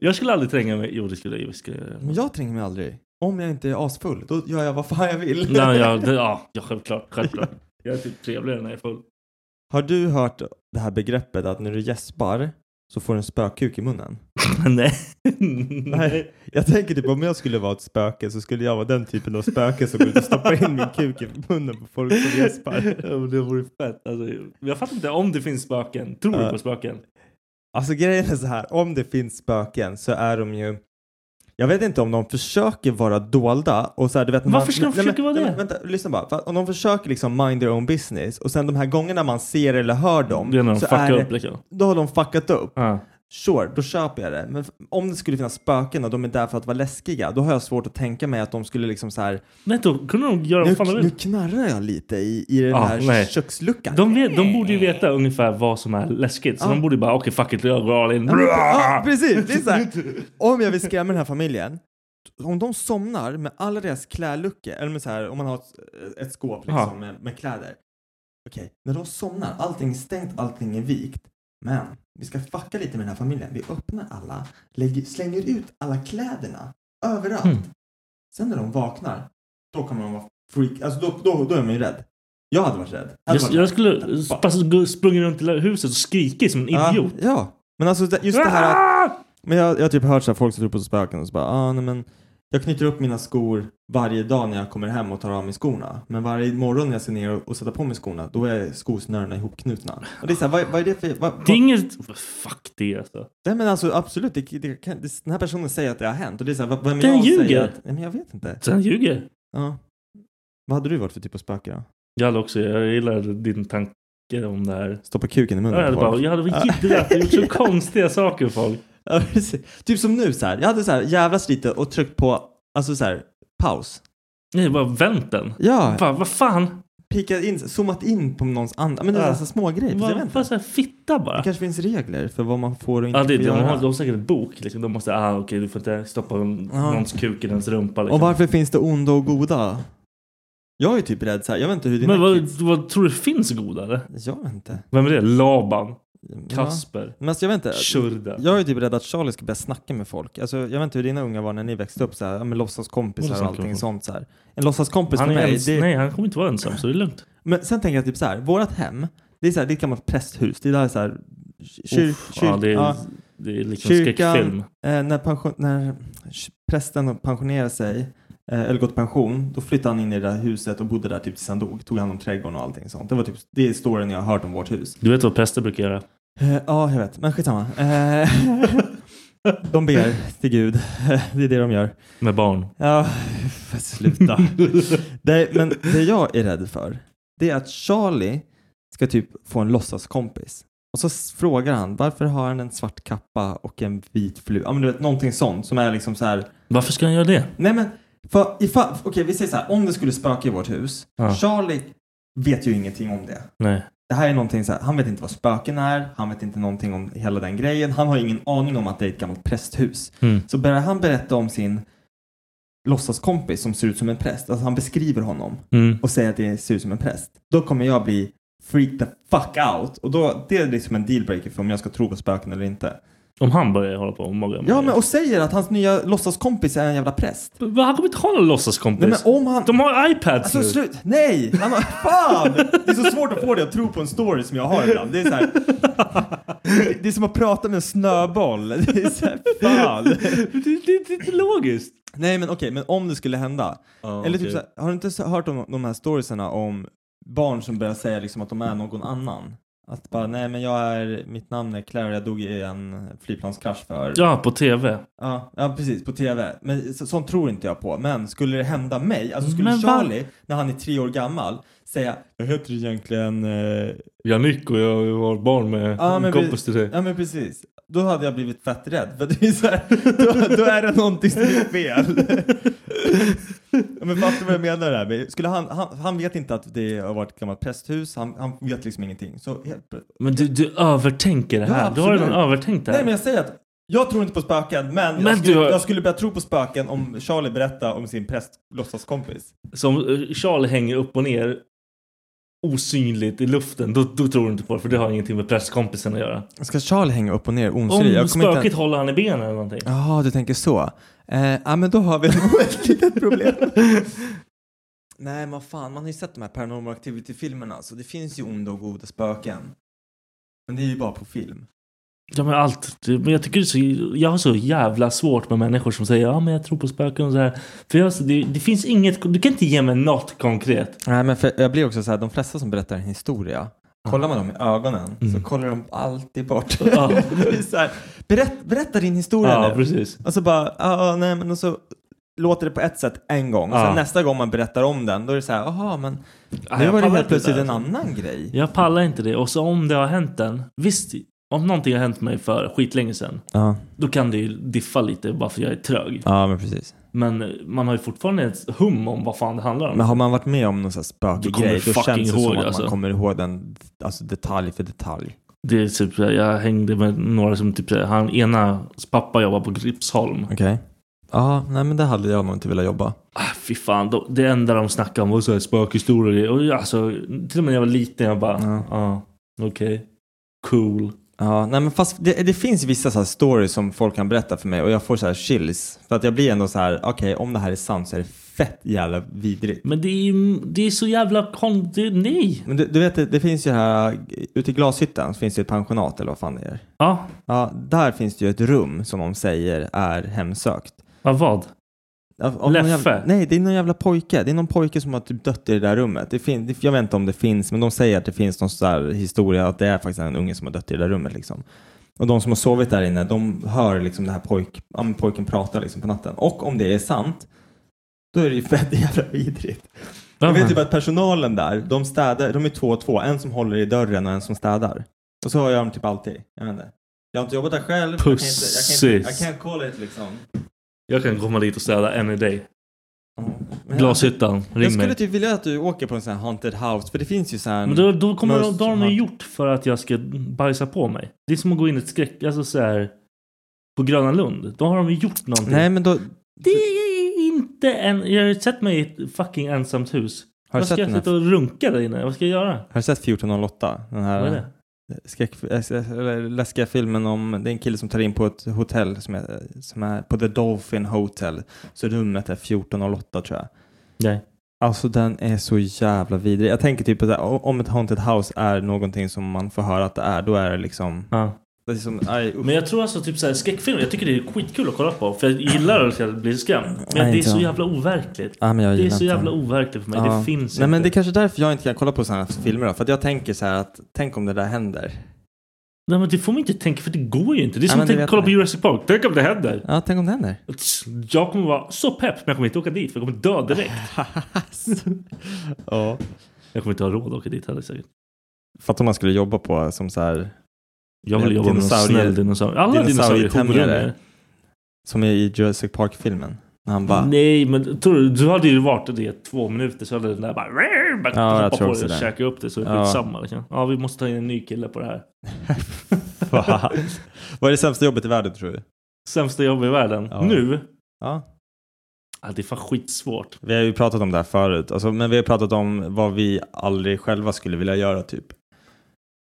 Speaker 1: Jag skulle aldrig tränga mig. Jo, det skulle jag. Skulle jag. göra.
Speaker 2: Men jag tränger mig aldrig. Om jag inte är asfull, då gör jag vad fan jag vill.
Speaker 1: Nej, ja, det, ja, ja, självklart. Självklart. Jag är typ trevligare när jag är full.
Speaker 2: Har du hört det här begreppet att när du gäspar så får du en spökkuk i munnen?
Speaker 1: Nej.
Speaker 2: Nej. Jag tänker typ om jag skulle vara ett spöke så skulle jag vara den typen av spöke som går ut och stoppar in min kuk i munnen på folk som gäspar.
Speaker 1: Ja, men det vore fett. Alltså, jag fattar inte om det finns spöken. Tror du
Speaker 2: Ja.
Speaker 1: på spöken?
Speaker 2: Alltså grejen är så här, om det finns spöken så är de ju jag vet inte om de försöker vara dolda och så här, du vet när
Speaker 1: Varför ska de
Speaker 2: nej, men-
Speaker 1: försöka vara
Speaker 2: nej,
Speaker 1: det?
Speaker 2: men Vänta, lyssna bara. För att om de försöker liksom mind their own business och sen de här gångerna man ser eller hör dem
Speaker 1: Det är när de
Speaker 2: så
Speaker 1: fuckar
Speaker 2: det-
Speaker 1: upp liksom.
Speaker 2: då har de fuckat upp.
Speaker 1: Ja.
Speaker 2: Sure, då köper jag det. Men f- om det skulle finnas spöken och de är där för att vara läskiga, då har jag svårt att tänka mig att de skulle liksom så här.
Speaker 1: Nej, då kunde de göra
Speaker 2: Nu,
Speaker 1: vad fan de
Speaker 2: nu
Speaker 1: vill.
Speaker 2: knarrar jag lite i, i den
Speaker 1: Ja,
Speaker 2: här
Speaker 1: nej.
Speaker 2: köksluckan.
Speaker 1: De, vet, de borde ju veta ungefär vad som är läskigt. Så
Speaker 2: Ja.
Speaker 1: de borde ju bara, okej fuck it, jag går all in.
Speaker 2: Ja, precis! Det är så här. Om jag vill skrämma den här familjen, om de somnar med alla deras klädluckor, eller med så här, om man har ett, ett skåp
Speaker 1: Ja.
Speaker 2: liksom med, med kläder. Okej, när de somnar, allting är stängt, allting är vikt. Men vi ska fucka lite med den här familjen. Vi öppnar alla, lägger, slänger ut alla kläderna överallt.
Speaker 1: Mm.
Speaker 2: Sen när de vaknar, då kommer de vara freak. Alltså då, då, då är man ju rädd. Jag hade varit rädd.
Speaker 1: Jag,
Speaker 2: hade varit
Speaker 1: jag
Speaker 2: rädd.
Speaker 1: skulle
Speaker 2: Fuck.
Speaker 1: pass- gå- sprungit runt i huset och skrikit som en
Speaker 2: Alltså- Ja,
Speaker 1: idiot. Ah!
Speaker 2: ja, men alltså det- just det här att Men jag, jag har typ hört så här, folk som tror på spöken och så bara, ah, nej men jag knyter upp mina skor varje dag när jag kommer hem och tar av mig skorna. Men varje morgon när jag ser ner och, och sätter på mig skorna, då är skosnörena ihopknutna. Och det är så här, vad, vad är det för... Vad, vad,
Speaker 1: Det är inget... Fuck det alltså.
Speaker 2: nej men alltså absolut, det, det, kan, det, den här personen säger att det har hänt. Och det är så här, vad, vem är
Speaker 1: Den
Speaker 2: jag att säga
Speaker 1: ljuger.
Speaker 2: Att, nej men jag vet inte.
Speaker 1: Sen ljuger.
Speaker 2: Ja. Vad hade du varit för typ av spöke då?
Speaker 1: Jag hade också, jag gillar din tanke om det här.
Speaker 2: Stoppa kuken i munnen
Speaker 1: Jag hade
Speaker 2: på
Speaker 1: bara,
Speaker 2: folk.
Speaker 1: jag hade jiddrat och gjort så konstiga saker för folk.
Speaker 2: Ja, precis. typ som nu så här, jag hade så här jävlas lite och tryckt på, alltså så här, paus.
Speaker 1: Nej, bara vänt den.
Speaker 2: Ja,
Speaker 1: Bara, vad fan?
Speaker 2: pikat in, zoomat in på någons andra, men det är
Speaker 1: Ja.
Speaker 2: ja. små grejer. Jag vet
Speaker 1: Bara,
Speaker 2: inte.
Speaker 1: bara så här fitta
Speaker 2: Det
Speaker 1: bara.
Speaker 2: kanske finns regler för vad man får och inte
Speaker 1: Ja, det,
Speaker 2: får
Speaker 1: de, har, de
Speaker 2: göra.
Speaker 1: har säkert en bok. Liksom. De måste, ah, okej, du får inte stoppa en-
Speaker 2: Ja.
Speaker 1: någons kuk i dens rumpa. Liksom.
Speaker 2: Och varför finns det onda och goda? Jag är typ rädd så här. jag vet inte hur dina
Speaker 1: Men
Speaker 2: Men
Speaker 1: vad, vad tror du finns goda eller?
Speaker 2: Jag vet inte.
Speaker 1: Vem är det? Laban? Kasper.
Speaker 2: Men alltså, jag vet inte.
Speaker 1: Shurda.
Speaker 2: Jag är ju typ rädd att Charlie ska börja snacka med folk. Alltså, jag vet inte hur dina unga var när ni växte upp, så här, ja, men låtsaskompisar och
Speaker 1: Låtsas-
Speaker 2: allting sånt. Så här. En låtsaskompis
Speaker 1: Han,
Speaker 2: för
Speaker 1: är
Speaker 2: mig,
Speaker 1: ens,
Speaker 2: det,
Speaker 1: nej, han kommer inte vara ensam så det är lugnt.
Speaker 2: Men sen tänker jag typ så här, vårat hem, det är, så här, det är ett gammalt prästhus. Det är där så här, kyr,
Speaker 1: Uff,
Speaker 2: kyr,
Speaker 1: ja, det, är,
Speaker 2: ja,
Speaker 1: det är liksom
Speaker 2: kyrkan,
Speaker 1: skräckfilm.
Speaker 2: eh, när, pension, när prästen pensionerar sig, eh, eller går i pension, då flyttade han in i det där huset och bodde där typ tills han dog. Tog hand om trädgården och allting sånt. Det var typ, det är storyn jag har hört om vårt hus.
Speaker 1: Du vet vad präster brukar göra?
Speaker 2: Eh, ja, jag vet, men skitsamma. Eh, de ber till Gud, det är det de gör.
Speaker 1: Med barn.
Speaker 2: Ja, för sluta. det, men det jag är rädd för, det är att Charlie ska typ få en låtsaskompis. Och så s- frågar han, varför har han en svart kappa och en vit fluga? Ja men du vet, någonting sånt som är liksom så här.
Speaker 1: Varför ska han göra det?
Speaker 2: Nej men, för, ifall, okej vi säger så här, om det skulle spöka i vårt hus,
Speaker 1: Ja.
Speaker 2: Charlie vet ju ingenting om det.
Speaker 1: Nej.
Speaker 2: Det här är någonting så här, han vet inte vad spöken är, han vet inte någonting om hela den grejen, han har ingen aning om att det är ett gammalt prästhus.
Speaker 1: Mm.
Speaker 2: Så börjar han berätta om sin låtsaskompis som ser ut som en präst. Alltså han beskriver honom
Speaker 1: Mm.
Speaker 2: och säger att det ser ut som en präst. Då kommer jag bli freak the fuck out. Och då, det är liksom en dealbreaker för om jag ska tro på spöken eller inte.
Speaker 1: Om han börjar hålla på och mogga.
Speaker 2: Ja, men och säger att hans nya låtsaskompis är en jävla präst.
Speaker 1: Va, Han kommer inte ha någon
Speaker 2: Nej
Speaker 1: låtsaskompis.
Speaker 2: men om han...
Speaker 1: De har iPads
Speaker 2: Alltså
Speaker 1: nu.
Speaker 2: slut! Nej! Han har... Fan! Det är så svårt att få dig att tro på en story som jag har ibland. Det är så här... Det är som att prata med en snöboll. Det är så här, fan!
Speaker 1: Det, det, det är inte logiskt.
Speaker 2: Nej men okej, men om det skulle hända. Eller typ
Speaker 1: okej.
Speaker 2: så här, har du inte så- hört om de här storiesarna om barn som börjar säga liksom att de är någon annan? Att bara, nej men jag är, mitt namn är Claire och jag dog i en flygplanskrasch för...
Speaker 1: Ja, på TV.
Speaker 2: Ja, ja, precis, på TV. Men så, sånt tror inte jag på. Men skulle det hända mig, alltså skulle
Speaker 1: Men va?
Speaker 2: Charlie, när han är tre år gammal, säga Jag heter egentligen... eh,
Speaker 1: Jag Nick och jag har barn med
Speaker 2: Ja, men
Speaker 1: en kompis
Speaker 2: vi-
Speaker 1: till dig.
Speaker 2: Ja men precis. Då hade jag blivit fett rädd. För det är så här, då, då är det någonting som är fel. ja, men fattar du vad jag menar där? Men Skulle han, han, han vet inte att det har varit ett gammalt prästhus. Han, han vet liksom ingenting. Så helt,
Speaker 1: Men du, du övertänker det
Speaker 2: Ja,
Speaker 1: här. du har redan
Speaker 2: absolut.
Speaker 1: övertänkt det här.
Speaker 2: nej men jag säger att jag tror inte på spöken men,
Speaker 1: Men
Speaker 2: jag, skulle,
Speaker 1: du har-
Speaker 2: jag skulle börja tro på spöken om Charlie berättar om sin präst låtsaskompis.
Speaker 1: Som eh, Charlie hänger upp och ner osynligt i luften, då, då tror du inte på det. För det har ingenting med presskompisen att göra.
Speaker 2: Ska Charlie hänga upp och ner
Speaker 1: Om spöket håller han i benen eller någonting.
Speaker 2: Jaha, du tänker så. Eh, ja, men då har vi ett litet problem. Nej, men vad fan, man har ju sett de här Paranormal Activity-filmerna, så det finns ju onda och goda spöken. Men det är ju bara på film.
Speaker 1: Ja men allt. Det- Men jag tycker det är så, jag har så jävla svårt med människor som säger ja men jag tror på spöken och så här. För jag, alltså, det, det finns inget, du kan inte ge mig något konkret.
Speaker 2: Nej, men för, jag blir också så här, de flesta som berättar en historia, kollar man dem i ögonen så
Speaker 1: Mm.
Speaker 2: kollar de alltid bort.
Speaker 1: Ja.
Speaker 2: Det är så här, berätt, berätta din historia
Speaker 1: Ja
Speaker 2: nu.
Speaker 1: precis.
Speaker 2: Och så bara, ja, nej men och så låter det på ett sätt en gång. Och sen
Speaker 1: Ja.
Speaker 2: nästa gång man berättar om den, då är det så här, jaha, men
Speaker 1: Ja,
Speaker 2: nu
Speaker 1: jag
Speaker 2: var
Speaker 1: pallar
Speaker 2: det helt
Speaker 1: inte
Speaker 2: plötsligt
Speaker 1: det
Speaker 2: en
Speaker 1: där.
Speaker 2: annan grej.
Speaker 1: Jag pallar inte det. Och så om det har hänt en. Visst, om någonting har hänt mig för skitlänge sedan.
Speaker 2: Ja.
Speaker 1: Då kan det ju diffa lite bara för jag är trög.
Speaker 2: Ja, men precis.
Speaker 1: Men man har ju fortfarande ett hum om vad fan det handlar om.
Speaker 2: Men har man varit med om någon sån här
Speaker 1: Du kommer
Speaker 2: spökegrej, då
Speaker 1: fucking
Speaker 2: känns det
Speaker 1: ihåg
Speaker 2: som
Speaker 1: det,
Speaker 2: att
Speaker 1: alltså.
Speaker 2: man kommer ihåg den alltså detalj för detalj.
Speaker 1: Det är typ, så här, jag hängde med några som typ, så här, han ena pappa jobbar på Gripsholm.
Speaker 2: Okej. Ja, nej men det hade jag nog inte velat jobba.
Speaker 1: Ah, fy fan, de, det enda de snackade om var så här spökhistorier. Och jag, alltså, till och med när jag var liten, jag bara,
Speaker 2: Ja.
Speaker 1: ja, okej, cool.
Speaker 2: Ja, nej men fast det, det finns vissa så här stories som folk kan berätta för mig och jag får så här chills. För att jag blir ändå så här, okej om det här är sant så är det fett jävla vidrigt.
Speaker 1: Men det är, ju- det är så jävla konstigt, nej.
Speaker 2: Men du, du vet, det, det finns ju här, ute i Glashyttan så finns det ju ett pensionat eller vad fan det är.
Speaker 1: Ja,
Speaker 2: Ja, där finns det ju ett rum som de säger är hemsökt.
Speaker 1: vad vad?
Speaker 2: Av, av någon jävla,
Speaker 1: Leffe?
Speaker 2: nej, det är någon jävla pojke. Det är någon pojke som har typ dött i det där rummet. Det fin, det, jag vet inte om det finns, men de säger att det finns någon sån här historia att det är faktiskt en unge som har dött i det där rummet. Liksom. Och de som har sovit där inne, de hör liksom det här pojk, ja, men pojken prata liksom på natten. Och om det är sant, då är det ju fett jävla vidrigt. Jag vet typ att personalen där, de städar, de är två och två. En som håller i dörren och en som städar. Och så gör de typ alltid. Jag vet inte. Jag har inte jobbat där själv. Jag kan inte, jag kan inte, I
Speaker 1: Pussis.
Speaker 2: can't call it liksom.
Speaker 1: Jag kan komma dit och städa any day.
Speaker 2: Mm. Men-
Speaker 1: Glashyttan,
Speaker 2: Jag
Speaker 1: ring
Speaker 2: skulle
Speaker 1: mig.
Speaker 2: typ vilja att du åker på en sån här haunted house, för det finns ju så här...
Speaker 1: Men då, då kommer de,
Speaker 2: Most
Speaker 1: då har de ju
Speaker 2: hard.
Speaker 1: gjort för att jag ska bajsa på mig. Det är som att gå in i ett skräck, alltså så här på Gröna Lund. Då har de ju gjort någonting.
Speaker 2: Nej men då...
Speaker 1: Det är inte en... Jag har sett mig i ett fucking ensamt hus.
Speaker 2: Har du
Speaker 1: Vad
Speaker 2: sett
Speaker 1: ska jag
Speaker 2: den här?
Speaker 1: sitta och runka där inne? Vad ska jag göra?
Speaker 2: Har du sett 1408? Den här...
Speaker 1: Vad är det?
Speaker 2: skräck, eh, eller läskiga filmen om, det är en kille som tar in på ett hotell som är, som är på The Dolphin Hotel. Så rummet är 1408 tror jag.
Speaker 1: Nej.
Speaker 2: Alltså den är så jävla vidrig. Jag tänker typ att så här, o- om ett haunted house är någonting som man får höra att det är, då är det liksom...
Speaker 1: Ja.
Speaker 2: Det är som, aj, usch.
Speaker 1: Men jag tror alltså typ såhär skräckfilmer, jag tycker det är skitkul att kolla på. För jag gillar att jag blir skrämd. Men
Speaker 2: Nej,
Speaker 1: det är
Speaker 2: inte
Speaker 1: så
Speaker 2: jag.
Speaker 1: jävla overkligt.
Speaker 2: Ja, men jag
Speaker 1: Det är
Speaker 2: gillar
Speaker 1: så
Speaker 2: inte
Speaker 1: jävla
Speaker 2: den.
Speaker 1: overkligt för mig.
Speaker 2: Ja.
Speaker 1: Det finns
Speaker 2: Nej,
Speaker 1: inte.
Speaker 2: men det är kanske är därför jag inte kan kolla på sådana här filmer då, för att jag tänker så här att tänk om det där händer.
Speaker 1: Nej men det får man inte tänka för det går ju inte. Det är
Speaker 2: Nej,
Speaker 1: som
Speaker 2: men
Speaker 1: att
Speaker 2: det
Speaker 1: tänka-
Speaker 2: vet
Speaker 1: kolla
Speaker 2: jag.
Speaker 1: på Jurassic Park. Tänk om det händer.
Speaker 2: Ja, tänk om det händer.
Speaker 1: Jag kommer vara så pepp men jag kommer inte åka dit för jag kommer dö direkt.
Speaker 2: ja.
Speaker 1: Jag kommer inte ha råd att åka dit heller säkert.
Speaker 2: Fattar om man skulle jobba på som så här,
Speaker 1: Jag vill
Speaker 2: Ja,
Speaker 1: jobba med någon
Speaker 2: dinosaurier.
Speaker 1: snäll dinosaurie. Alla dinosaurier är
Speaker 2: Dinosaurietämjare.
Speaker 1: horungar.
Speaker 2: som är i Jurassic Park-filmen. När han bara...
Speaker 1: Nej men tror du, du hade ju varit det i två minuter så hade den där bara... bara
Speaker 2: Ja, jag
Speaker 1: hoppa
Speaker 2: tror
Speaker 1: på
Speaker 2: också
Speaker 1: dig och
Speaker 2: det.
Speaker 1: käka upp det så är det
Speaker 2: Ja.
Speaker 1: skitsamma. Liksom. Ja vi måste ta in en ny kille på det här.
Speaker 2: Va? Vad är det sämsta jobbet i världen tror du?
Speaker 1: Sämsta jobb i världen.
Speaker 2: Ja.
Speaker 1: Nu?
Speaker 2: Ja.
Speaker 1: Ja, det är fan skitsvårt.
Speaker 2: Vi har ju pratat om det här förut, alltså, men vi har pratat om vad vi aldrig själva skulle vilja göra typ.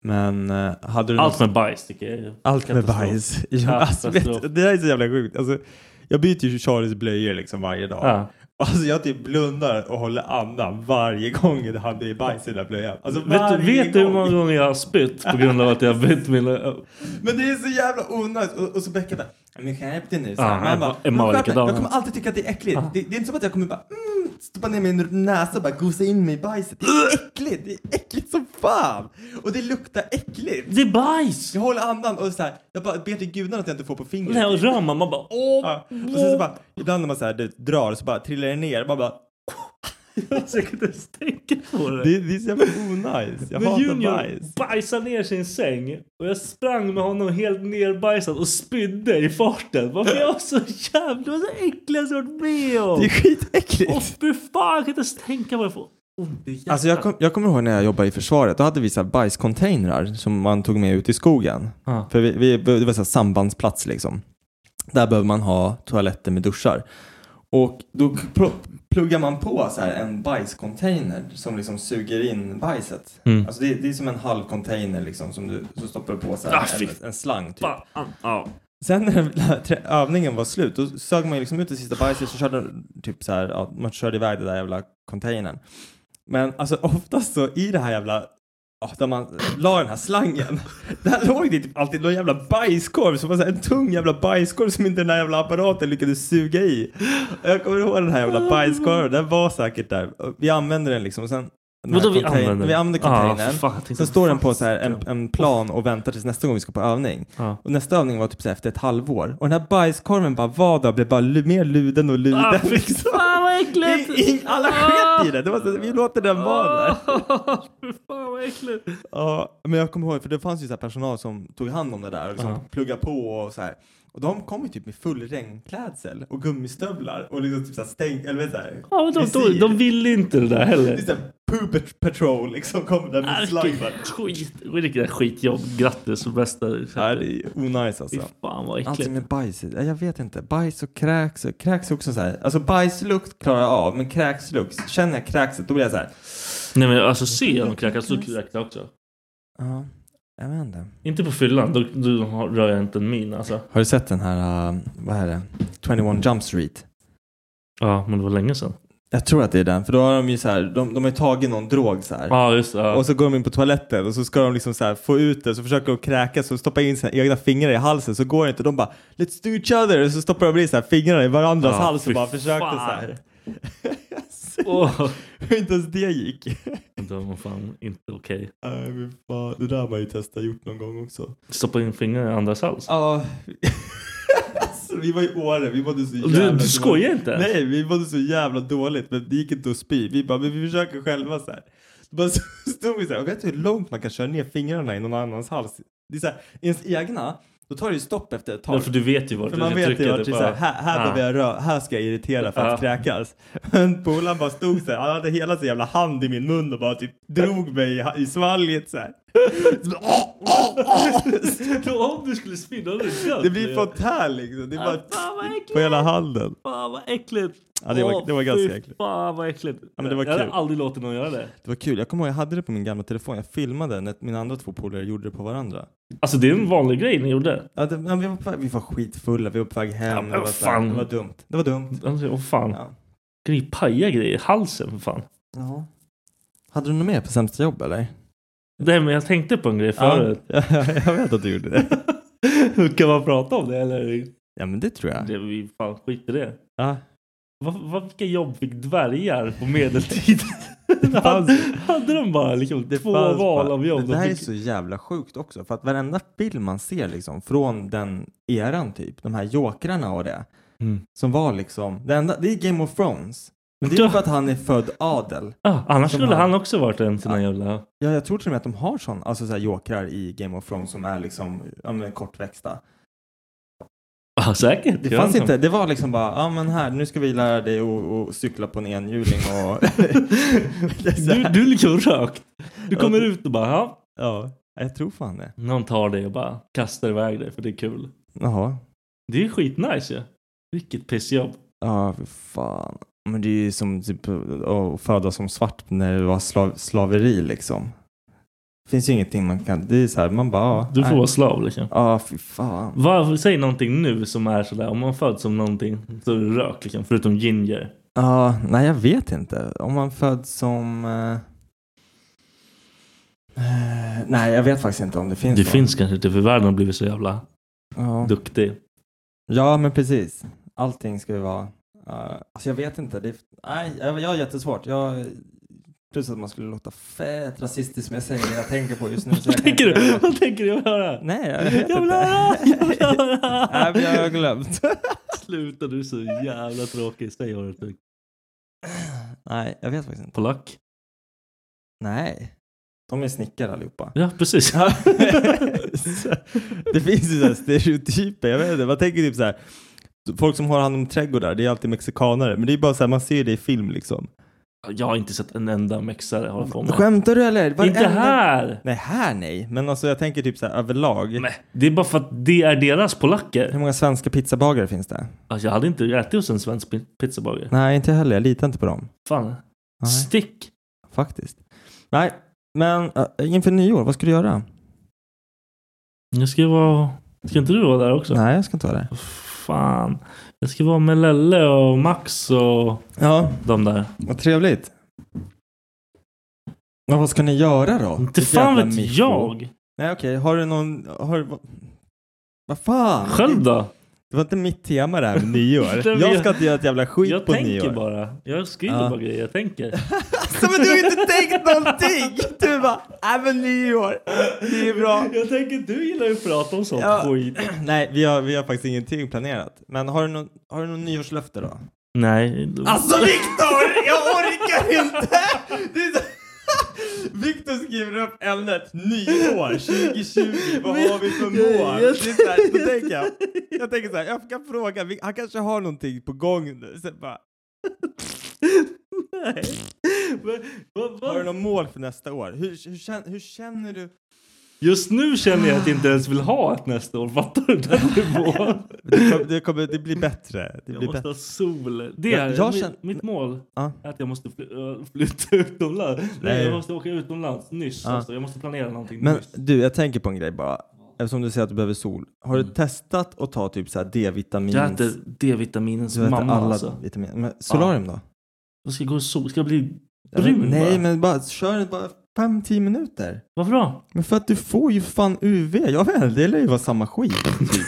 Speaker 2: Men eh, hade du
Speaker 1: Allt
Speaker 2: något-
Speaker 1: med bajs tycker jag är
Speaker 2: allt med
Speaker 1: katastrof.
Speaker 2: bajs? Ja, alltså, vet,
Speaker 1: Katastrof.
Speaker 2: du, det här är så jävla sjukt. Alltså, jag byter ju Charlies blöjor liksom varje dag.
Speaker 1: Ja.
Speaker 2: Alltså jag typ blundar och håller andan varje gång det hamnar i bajs i den där blöjan. Alltså,
Speaker 1: Vet, du-
Speaker 2: varje
Speaker 1: vet du hur
Speaker 2: gång.
Speaker 1: många gånger jag har spytt på grund av att jag har bytt mina...
Speaker 2: Men det är så jävla onajs. Och, och så Becka bara, men skärp dig nu. Så här.
Speaker 1: Ja,
Speaker 2: Men jag bara,
Speaker 1: Emma
Speaker 2: "Men
Speaker 1: var
Speaker 2: skärp dig.
Speaker 1: likadan.
Speaker 2: jag kommer alltid tycka att det är äckligt. Det, det är inte som att jag kommer bara mm, stoppa ner min näsa och bara gosa in mig i bajset. Det är äckligt. Det är äckligt som fan. Och det luktar äckligt.
Speaker 1: Det är bajs!
Speaker 2: Jag håller andan och så här, jag bara ber till gudarna att jag inte får på fingret.
Speaker 1: Nej, och rör man, man bara åh!
Speaker 2: Ja. Och sen så
Speaker 1: Mm.
Speaker 2: bara, ibland när man så här, du, drar så bara trillar det ner. Man bara,
Speaker 1: Jag försöker inte ens tänka på det.
Speaker 2: det, det är så jävla onajs. Jag
Speaker 1: Men
Speaker 2: hatar
Speaker 1: Junior
Speaker 2: bajs.
Speaker 1: bajsade ner sin säng och jag sprang med honom helt nerbajsad och spydde i farten. Varför jag var så jävla... Det var det äckligaste jag varit med om!
Speaker 2: Det är skitäckligt.
Speaker 1: Åh fy fan, jag kan inte ens tänka vad jag får ont i hjärtat.
Speaker 2: Alltså jag, kom, jag kommer ihåg när jag jobbade i försvaret, då hade vi så här bajscontainrar som man tog med ut i skogen.
Speaker 1: Ja.
Speaker 2: För vi, vi, det var så här sambandsplats liksom. Där behöver man ha toaletter med duschar. Och då pl- pluggar man på så här en bajscontainer som liksom suger in bajset.
Speaker 1: Mm.
Speaker 2: Alltså det, det är som en halv container liksom som du så stoppar du på så här
Speaker 1: Ah, fy
Speaker 2: en, en slang typ.
Speaker 1: Fan, ja.
Speaker 2: Sen när den här trä- övningen var slut, då sög man ju liksom ut det sista bajset så körde typ så här, ja, man körde iväg den där jävla containern. Men alltså oftast så i det här jävla, ja, där man la den här slangen, där låg det typ alltid någon jävla bajskorv som var så här, en tung jävla bajskorv som inte den här jävla apparaten lyckades suga i. Och Jag kommer ihåg den här jävla bajskorven, den var säkert där. Vi använde den liksom och sen den här
Speaker 1: Vadå vi
Speaker 2: contain-
Speaker 1: använder?
Speaker 2: Vi använde
Speaker 1: Ah,
Speaker 2: containern.
Speaker 1: fan, jag tänkte,
Speaker 2: Sen står den
Speaker 1: fan,
Speaker 2: på så här en, en plan och väntar tills nästa gång vi ska på övning.
Speaker 1: Ja.
Speaker 2: Och nästa övning var typ så här efter ett halvår. Och den här bajskorven bara var där och blev bara lu- mer luden och luden.
Speaker 1: Ah, fy
Speaker 2: liksom.
Speaker 1: fan vad äckligt!
Speaker 2: I, i, alla sket i det. det var så, vi låter den vara där.
Speaker 1: Ah. Fy fan vad äckligt!
Speaker 2: Ja, men jag kommer ihåg, för det fanns ju så här personal som tog hand om det där och liksom pluggade på och så här. Och de kom ju typ med full regnklädsel och gummistövlar och liksom typ så här stäng... Eller vet du, så här,
Speaker 1: Ja, men de, de,
Speaker 2: visir.
Speaker 1: de ville inte det där
Speaker 2: Det är
Speaker 1: heller.
Speaker 2: så här poop patrol liksom kom där med
Speaker 1: Ah,
Speaker 2: slang.
Speaker 1: vilket Skit, vilket skitjobb. Grattis och bästa.
Speaker 2: Nej, det är onajs
Speaker 1: Fy
Speaker 2: alltså.
Speaker 1: fan vad äckligt.
Speaker 2: Allting med bajs, ja, jag vet inte. Bajs och kräks, och kräks är också så här. Alltså bajslukt klarar jag av, men kräkslukt, känner jag kräkset då blir jag så här.
Speaker 1: Nej men alltså ser jag dem kräkas då kräks jag också.
Speaker 2: Ja, jag vet inte.
Speaker 1: Inte på fyllan, då, då har- rör jag inte en min alltså.
Speaker 2: Har du sett den här, uh, vad är det, 21 Jump Street?
Speaker 1: Ja, men det var länge sedan.
Speaker 2: Jag tror att det är den, för då har de ju så här, de, de har ju tagit någon drog så här.
Speaker 1: Ja, ah, just det. Ja.
Speaker 2: Och så går de in på toaletten och så ska de liksom så här få ut det, så försöker de kräkas och stoppa in sina egna fingrar i halsen, så går det inte. De bara “Let's do each other” och så stoppar de in så här fingrarna i varandras
Speaker 1: Ja,
Speaker 2: hals
Speaker 1: fy
Speaker 2: och bara försöker så här.
Speaker 1: Åh.
Speaker 2: Inte ens det gick.
Speaker 1: Det var fan inte okej.
Speaker 2: Nej, men fan. Det där har man ju testat gjort någon gång också.
Speaker 1: Stoppa in fingrarna i andras hals.
Speaker 2: Ja. alltså, vi var i Åre, vi mådde så jävla
Speaker 1: du, du
Speaker 2: dåligt.
Speaker 1: skojar inte?
Speaker 2: Nej, vi mådde så jävla dåligt, men det gick inte att spy. Vi bara, men vi försöker själva så här. Så Bara så stod vi så här, och vet du hur långt man kan köra ner fingrarna i någon annans hals? Det är så här, ens egna, då tar det ju stopp efter ett tag.
Speaker 1: Ja, för du vet ju vart
Speaker 2: För
Speaker 1: du
Speaker 2: man
Speaker 1: ska
Speaker 2: vet ju
Speaker 1: trycka.
Speaker 2: vart det är så här, här, här, behöver jag rö- här ska jag irritera för att
Speaker 1: Ja.
Speaker 2: kräkas. Men polaren bara stod så här, han hade hela sin jävla hand i min mun och bara typ drog mig i, i svalget så här. Så bara, "Åh, åh, åh."
Speaker 1: Om du skulle spinna dig
Speaker 2: Det blir fontän liksom. Det är bara...
Speaker 1: Fan vad äckligt!
Speaker 2: på hela handen.
Speaker 1: Fan vad äckligt!
Speaker 2: Ja, det var-
Speaker 1: Åh,
Speaker 2: det var ganska
Speaker 1: fy
Speaker 2: äckligt.
Speaker 1: Fan vad äckligt.
Speaker 2: Ja, men det var
Speaker 1: jag
Speaker 2: kul.
Speaker 1: hade aldrig låtit någon göra det.
Speaker 2: Det var kul. Jag kommer ihåg jag hade det på min gamla telefon. Jag filmade när mina andra två polare gjorde det på varandra.
Speaker 1: Alltså det är en vanlig grej ni gjorde.
Speaker 2: Ja, det, men vi, var på, väg- vi var skitfulla, vi var på väg hem.
Speaker 1: Ja, men
Speaker 2: det, var
Speaker 1: vad
Speaker 2: så här-
Speaker 1: fan.
Speaker 2: det var dumt. Det var dumt.
Speaker 1: Alltså, åh fan.
Speaker 2: Ja.
Speaker 1: Kan ni paja grejer i halsen för fan?
Speaker 2: Ja. Hade du något mer på sämsta jobb eller?
Speaker 1: Nej men jag tänkte på en grej förut.
Speaker 2: Ja, jag vet att du gjorde det.
Speaker 1: kan man prata om det eller?
Speaker 2: Ja, men det tror jag.
Speaker 1: Det, vi fan skit i det.
Speaker 2: Ja.
Speaker 1: Vad, vad, vilka jobb fick dvärgar på medeltiden? hade,
Speaker 2: fanns-
Speaker 1: hade de bara liksom två
Speaker 2: fanns
Speaker 1: val
Speaker 2: bara-
Speaker 1: av jobb?
Speaker 2: Det
Speaker 1: de
Speaker 2: här är
Speaker 1: fick...
Speaker 2: så jävla sjukt också. För att varenda bild man ser liksom från den eran typ, de här jokrarna och det.
Speaker 1: Mm.
Speaker 2: Som var liksom, det, enda, det är Game of Thrones. Men det är ju för att han är född adel.
Speaker 1: ah, annars
Speaker 2: som
Speaker 1: skulle
Speaker 2: han-
Speaker 1: han också varit en sån här jävla...
Speaker 2: Ja, jag tror till och med att de har sån, alltså så här jokrar i Game of Thrones som är liksom ja, men, kortväxta.
Speaker 1: Ah, säkert.
Speaker 2: Det
Speaker 1: jag
Speaker 2: fanns
Speaker 1: vet
Speaker 2: inte, det var liksom bara, ja men här, nu ska vi lära dig att att cykla på en enhjuling och... Det är så
Speaker 1: Du,
Speaker 2: här.
Speaker 1: du är liksom rökt. Du
Speaker 2: Ja,
Speaker 1: kommer
Speaker 2: det-
Speaker 1: ut och bara ja.
Speaker 2: Ja, jag tror fan det.
Speaker 1: Någon tar dig och bara kastar iväg dig för det är kul.
Speaker 2: Jaha.
Speaker 1: Det är ju skitnice ju. Vilket pissjobb.
Speaker 2: Ja, fy fan. Men det är ju som typ att födas som svart när det var slav, slaveri liksom. Finns ju ingenting man kan, det är så här, man bara, ja,
Speaker 1: Du får
Speaker 2: nej.
Speaker 1: vara slav liksom.
Speaker 2: Ja, fy fan.
Speaker 1: Varför, säg någonting nu som är sådär, om man föds som någonting så är det rök liksom, förutom ginger.
Speaker 2: Ja, nej jag vet inte. Om man föds som... eh, eh, nej, jag vet faktiskt inte om det finns
Speaker 1: Det
Speaker 2: någon.
Speaker 1: finns kanske inte för världen har blivit så jävla
Speaker 2: Ja.
Speaker 1: duktig.
Speaker 2: ja, men precis. Allting ska ju vara... eh, alltså jag vet inte. Det, nej, jag, jag har jättesvårt. Jag, plus att man skulle låta fett rasistisk som jag säger det jag tänker på just nu. Så
Speaker 1: Vad
Speaker 2: jag kan
Speaker 1: tänker
Speaker 2: inte-
Speaker 1: du? Vad tänker du höra?
Speaker 2: Nej, jag vet
Speaker 1: Jag vill
Speaker 2: inte.
Speaker 1: höra! Jag vill
Speaker 2: Nej, men jag
Speaker 1: höra!
Speaker 2: har glömt.
Speaker 1: Sluta du är så jävla tråkig. Säg vad du tycker.
Speaker 2: nej, jag vet faktiskt inte.
Speaker 1: Polack?
Speaker 2: Nej. De är snickare allihopa.
Speaker 1: Ja precis.
Speaker 2: Ja. Så, det finns ju så här stereotyper, jag vet inte, man tänker typ så här. Folk som har hand om trädgårdar, det är alltid mexikanare, men det är bara så här, man ser det i film liksom.
Speaker 1: Jag har inte sett en enda mexare hålla på med.
Speaker 2: Skämtar du eller?
Speaker 1: Inte här!
Speaker 2: Nej, här nej, men alltså jag tänker typ så här överlag.
Speaker 1: Nej, det är bara för att det är deras polacker.
Speaker 2: Hur många svenska pizzabagare finns det?
Speaker 1: Alltså, jag hade inte ätit hos en svensk pi- pizzabagare.
Speaker 2: Nej, inte jag heller, jag litar inte på dem.
Speaker 1: Fan.
Speaker 2: Nej,
Speaker 1: Stick!
Speaker 2: faktiskt. Nej, men äh, inför nyår, vad ska du göra?
Speaker 1: Jag ska vara... Ska inte du vara där också?
Speaker 2: Nej, jag ska inte vara där.
Speaker 1: Fan. Jag ska vara med Lelle och Max och
Speaker 2: Ja,
Speaker 1: de där.
Speaker 2: vad trevligt. Men vad ska ni göra då?
Speaker 1: Inte
Speaker 2: Vilket
Speaker 1: fan
Speaker 2: jävla
Speaker 1: vet
Speaker 2: miffo.
Speaker 1: jag.
Speaker 2: Nej okej, har du någon, har vad- vad fan?
Speaker 1: Själv då?
Speaker 2: Det var inte mitt tema det här med nyår.
Speaker 1: Nej, men
Speaker 2: jag
Speaker 1: jag-
Speaker 2: ska inte göra ett jävla skit
Speaker 1: Jag
Speaker 2: på
Speaker 1: tänker
Speaker 2: nyår.
Speaker 1: bara. Jag skriver
Speaker 2: Ja.
Speaker 1: bara grejer. Jag tänker.
Speaker 2: Alltså, men du har ju inte tänkt någonting! Du bara, nej men nyår, det är bra.
Speaker 1: Jag tänker du gillar ju att prata om sånt
Speaker 2: Ja.
Speaker 1: skit.
Speaker 2: Nej, vi har, vi har faktiskt ingenting planerat. Men har du någon, har du någon nyårslöfte då?
Speaker 1: Nej.
Speaker 2: Alltså Viktor, jag orkar inte! Det är så... Viktor skriver upp ämnet nyår 2020, vad har vi för mål? Det är så här, då tänker jag, jag tänker så här, jag kan fråga, Vik- han kanske har någonting på gång nu. Sen bara,
Speaker 1: Nej. Men, vad,
Speaker 2: har du
Speaker 1: vad?
Speaker 2: något mål för nästa år? Hur, hur, kän, hur känner du?
Speaker 1: Just nu känner jag att jag inte ens vill ha ett nästa år. Fattar du den nivån?
Speaker 2: Det, kommer, det, kommer, det blir bättre. Det
Speaker 1: Jag
Speaker 2: blir
Speaker 1: måste
Speaker 2: bättre.
Speaker 1: ha sol. Det
Speaker 2: Jag-
Speaker 1: är
Speaker 2: jag
Speaker 1: mitt,
Speaker 2: känner-
Speaker 1: mitt mål.
Speaker 2: Ja.
Speaker 1: Är att jag måste fly, ö, flytta utomlands. Nej.
Speaker 2: Nej.
Speaker 1: jag måste åka utomlands nyss.
Speaker 2: Ja.
Speaker 1: Alltså. Jag måste planera någonting
Speaker 2: Men
Speaker 1: nyss.
Speaker 2: du, jag tänker på en grej bara. Eftersom du säger att du behöver sol. Har du testat att ta typ så här D-vitamin?
Speaker 1: Mm. Jag äter D-vitaminens
Speaker 2: Du äter
Speaker 1: mamma
Speaker 2: alla
Speaker 1: alltså.
Speaker 2: vitaminer. Men solarium då?
Speaker 1: Jag ska gå och sol. Ska jag bli
Speaker 2: Ja,
Speaker 1: brun
Speaker 2: men- Nej,
Speaker 1: bara?
Speaker 2: men bara kör bara 5-10 minuter.
Speaker 1: Varför då?
Speaker 2: Men för att du får ju fan UV. Jag vet inte, det lär ju vara samma skit. Typ.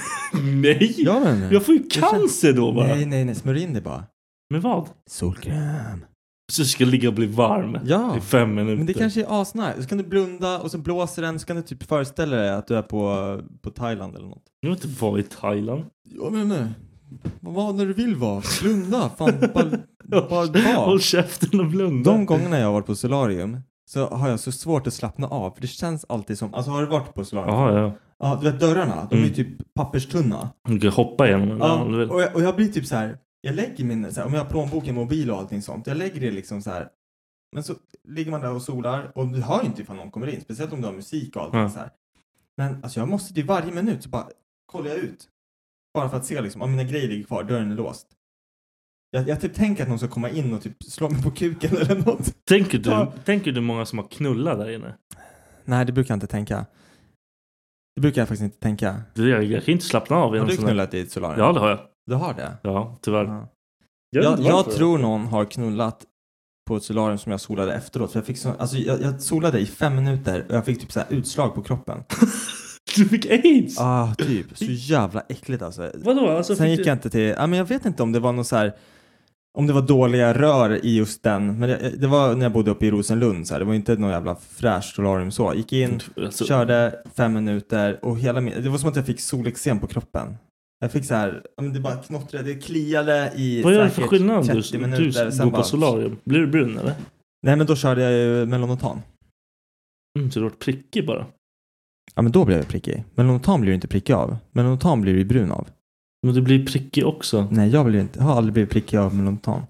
Speaker 1: Nej! Jag,
Speaker 2: Jag vet inte.
Speaker 1: får ju
Speaker 2: känner-
Speaker 1: cancer då bara.
Speaker 2: Nej, nej, nej. Smörj in det bara.
Speaker 1: Men vad?
Speaker 2: Solkräm.
Speaker 1: Så ska jag ligga och bli varm
Speaker 2: Ja.
Speaker 1: i fem minuter.
Speaker 2: Men det kanske är asnice. Så kan du blunda och så blåser den så kan du typ föreställa dig att du är på, på Thailand eller något.
Speaker 1: Jag vill inte vara i Thailand.
Speaker 2: Jag menar, var när du vill vara. Blunda. Fan, bara, bara var.
Speaker 1: Håll käften och blunda.
Speaker 2: De gångerna jag har varit på solarium så har jag så svårt att slappna av. För det känns alltid som, alltså har du varit på solarium?
Speaker 1: Jaha, ja.
Speaker 2: Ja, du vet dörrarna, de är ju
Speaker 1: Mm.
Speaker 2: typ papperstunna.
Speaker 1: Du kan hoppa igenom den
Speaker 2: Ja,
Speaker 1: om du vill.
Speaker 2: och, jag, och jag blir typ så här, jag lägger min, så här, om jag har plånboken, mobil och allting sånt, jag lägger det liksom så här. Men så ligger man där och solar och du hör ju inte ifall någon kommer in, speciellt om du har musik och allting
Speaker 1: Ja.
Speaker 2: så här. Men alltså jag måste till varje minut så bara kollar jag ut. Bara för att se liksom, om mina grejer ligger kvar, dörren är låst. Jag, jag typ tänker att någon ska komma in och typ slå mig på kuken eller något.
Speaker 1: Tänker du
Speaker 2: Ja.
Speaker 1: tänker du många som har knullat där inne?
Speaker 2: Nej, det brukar jag inte tänka. Det brukar jag faktiskt inte tänka.
Speaker 1: Du, jag, jag kan inte slappna av i
Speaker 2: Har
Speaker 1: en
Speaker 2: du
Speaker 1: sån där...
Speaker 2: knullat i ett solarium?
Speaker 1: Ja, det har jag.
Speaker 2: Du har det?
Speaker 1: Ja, tyvärr.
Speaker 2: Ja. Jag, jag tror någon har knullat på ett solarium som jag solade efteråt. För jag, fick så, alltså jag, jag solade i fem minuter och jag fick typ så här utslag på kroppen.
Speaker 1: Du fick aids!
Speaker 2: Ah, typ. Så jävla äckligt alltså.
Speaker 1: Vadå? Alltså,
Speaker 2: Sen
Speaker 1: fick
Speaker 2: gick
Speaker 1: du...
Speaker 2: jag inte till... Ja, men jag vet inte om det var någon så här... Om det var dåliga rör i just den. Men det, det var när jag bodde uppe i Rosenlund. Så här. Det var inte någon jävla fräscht solarium så. Gick in,
Speaker 1: Alltså,
Speaker 2: körde fem minuter och hela min... Det var som att jag fick solexem på kroppen. Jag fick så här... Ja, men det bara knottrade, det kliade i
Speaker 1: vad gör det för
Speaker 2: säkert
Speaker 1: skillnad
Speaker 2: 30
Speaker 1: du, du
Speaker 2: minuter, sen
Speaker 1: går på
Speaker 2: bara-
Speaker 1: solarium? Blir du brun eller?
Speaker 2: Nej men då körde jag ju Melonotan.
Speaker 1: Mm, så du har varit prickig bara.
Speaker 2: Ja men då blev jag prickig. Melonotan blir du inte prickig av. Melonotan blir du ju brun av.
Speaker 1: Men du blir prickig också.
Speaker 2: Nej jag blir inte, har aldrig blivit prickig av Melonotan.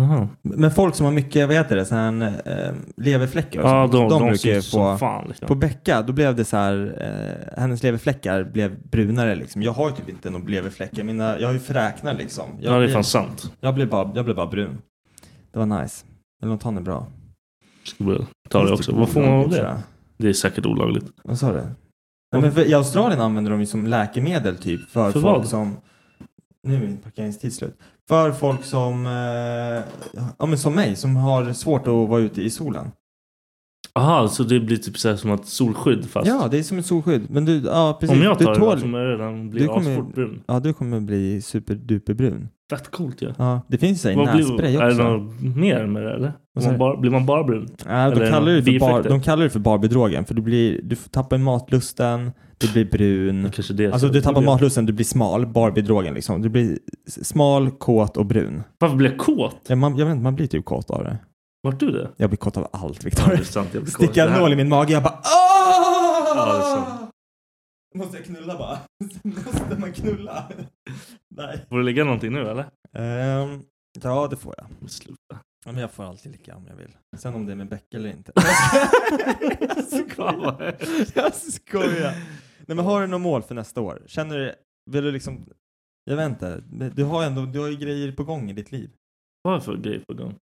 Speaker 1: Aha.
Speaker 2: Men folk som har mycket, vad heter det, sån här, eh, leverfläckar och
Speaker 1: Ja,
Speaker 2: sånt,
Speaker 1: de, de,
Speaker 2: brukar
Speaker 1: ser
Speaker 2: ju
Speaker 1: ut som
Speaker 2: få...
Speaker 1: fan. Liksom.
Speaker 2: På Becka, då blev det så här, eh, hennes leverfläckar blev brunare liksom. Jag har ju typ inte några leverfläckar, mina, jag har ju fräknar liksom. Jag,
Speaker 1: ja, det är
Speaker 2: blir,
Speaker 1: fan sant.
Speaker 2: jag, blir bara, jag blir bara brun. Det var nice. Melonotan är bra.
Speaker 1: Ska börja ta det också. Vad får man av det? Det är säkert olagligt.
Speaker 2: Vad sa du? Nej, men för, I Australien använder de ju som läkemedel typ för,
Speaker 1: För
Speaker 2: folk
Speaker 1: vad?
Speaker 2: som... Nu är min parkeringstid slut. För folk som... Eh, ja men som mig, som har svårt att vara ute i solen.
Speaker 1: Aha, så det blir typ så här som att solskydd fast.
Speaker 2: Ja, det är som ett solskydd. Men du, ja precis.
Speaker 1: Om jag tar
Speaker 2: du
Speaker 1: det alltså. då kommer jag redan bli
Speaker 2: du kommer-
Speaker 1: asfort brun.
Speaker 2: Ja, du kommer bli superduperbrun.
Speaker 1: Fett coolt ju.
Speaker 2: Ja, det finns ju en
Speaker 1: Vad
Speaker 2: nässpray
Speaker 1: blir, är det
Speaker 2: också.
Speaker 1: något mer med det eller?
Speaker 2: Vad
Speaker 1: Om
Speaker 2: sa
Speaker 1: Man
Speaker 2: du?
Speaker 1: bara, blir man bara brun?
Speaker 2: Nej,
Speaker 1: eller
Speaker 2: de, kallar det för bar,
Speaker 1: bieffekter?
Speaker 2: de kallar det för barbedrogen. För du, blir, du får- tappar matlusten, du blir brun.
Speaker 1: Det Kanske det är
Speaker 2: Alltså
Speaker 1: så.
Speaker 2: du tappar
Speaker 1: Varför blir-
Speaker 2: matlusten, du blir smal, Barbie-drogen liksom. Du blir s- smal, kåt och brun.
Speaker 1: Varför blir jag kåt?
Speaker 2: Ja, man, jag vet inte, man blir typ kåt av det.
Speaker 1: Vart du det?
Speaker 2: Jag blir kåt av allt
Speaker 1: Ja, det
Speaker 2: Viktor.
Speaker 1: är sant. Jag blir kåt.
Speaker 2: Sticka
Speaker 1: Det
Speaker 2: en
Speaker 1: här-
Speaker 2: nål i min mage, jag bara
Speaker 1: Ja, det är
Speaker 2: Åh!
Speaker 1: sant.
Speaker 2: Måste jag knulla bara? Måste man knulla? Nej.
Speaker 1: Får du lägga någonting nu eller?
Speaker 2: Ehm, ja, det får jag.
Speaker 1: Men Sluta.
Speaker 2: Ja, men jag får alltid ligga om jag vill. Sen om det är med Beck eller inte. jag skojar. Jag skojar. Nej, men har du något mål för nästa år? Känner du, vill du liksom, jag vet inte, du har ju ändå, du har ju grejer på gång i ditt liv.
Speaker 1: Vad har jag för grej på gång?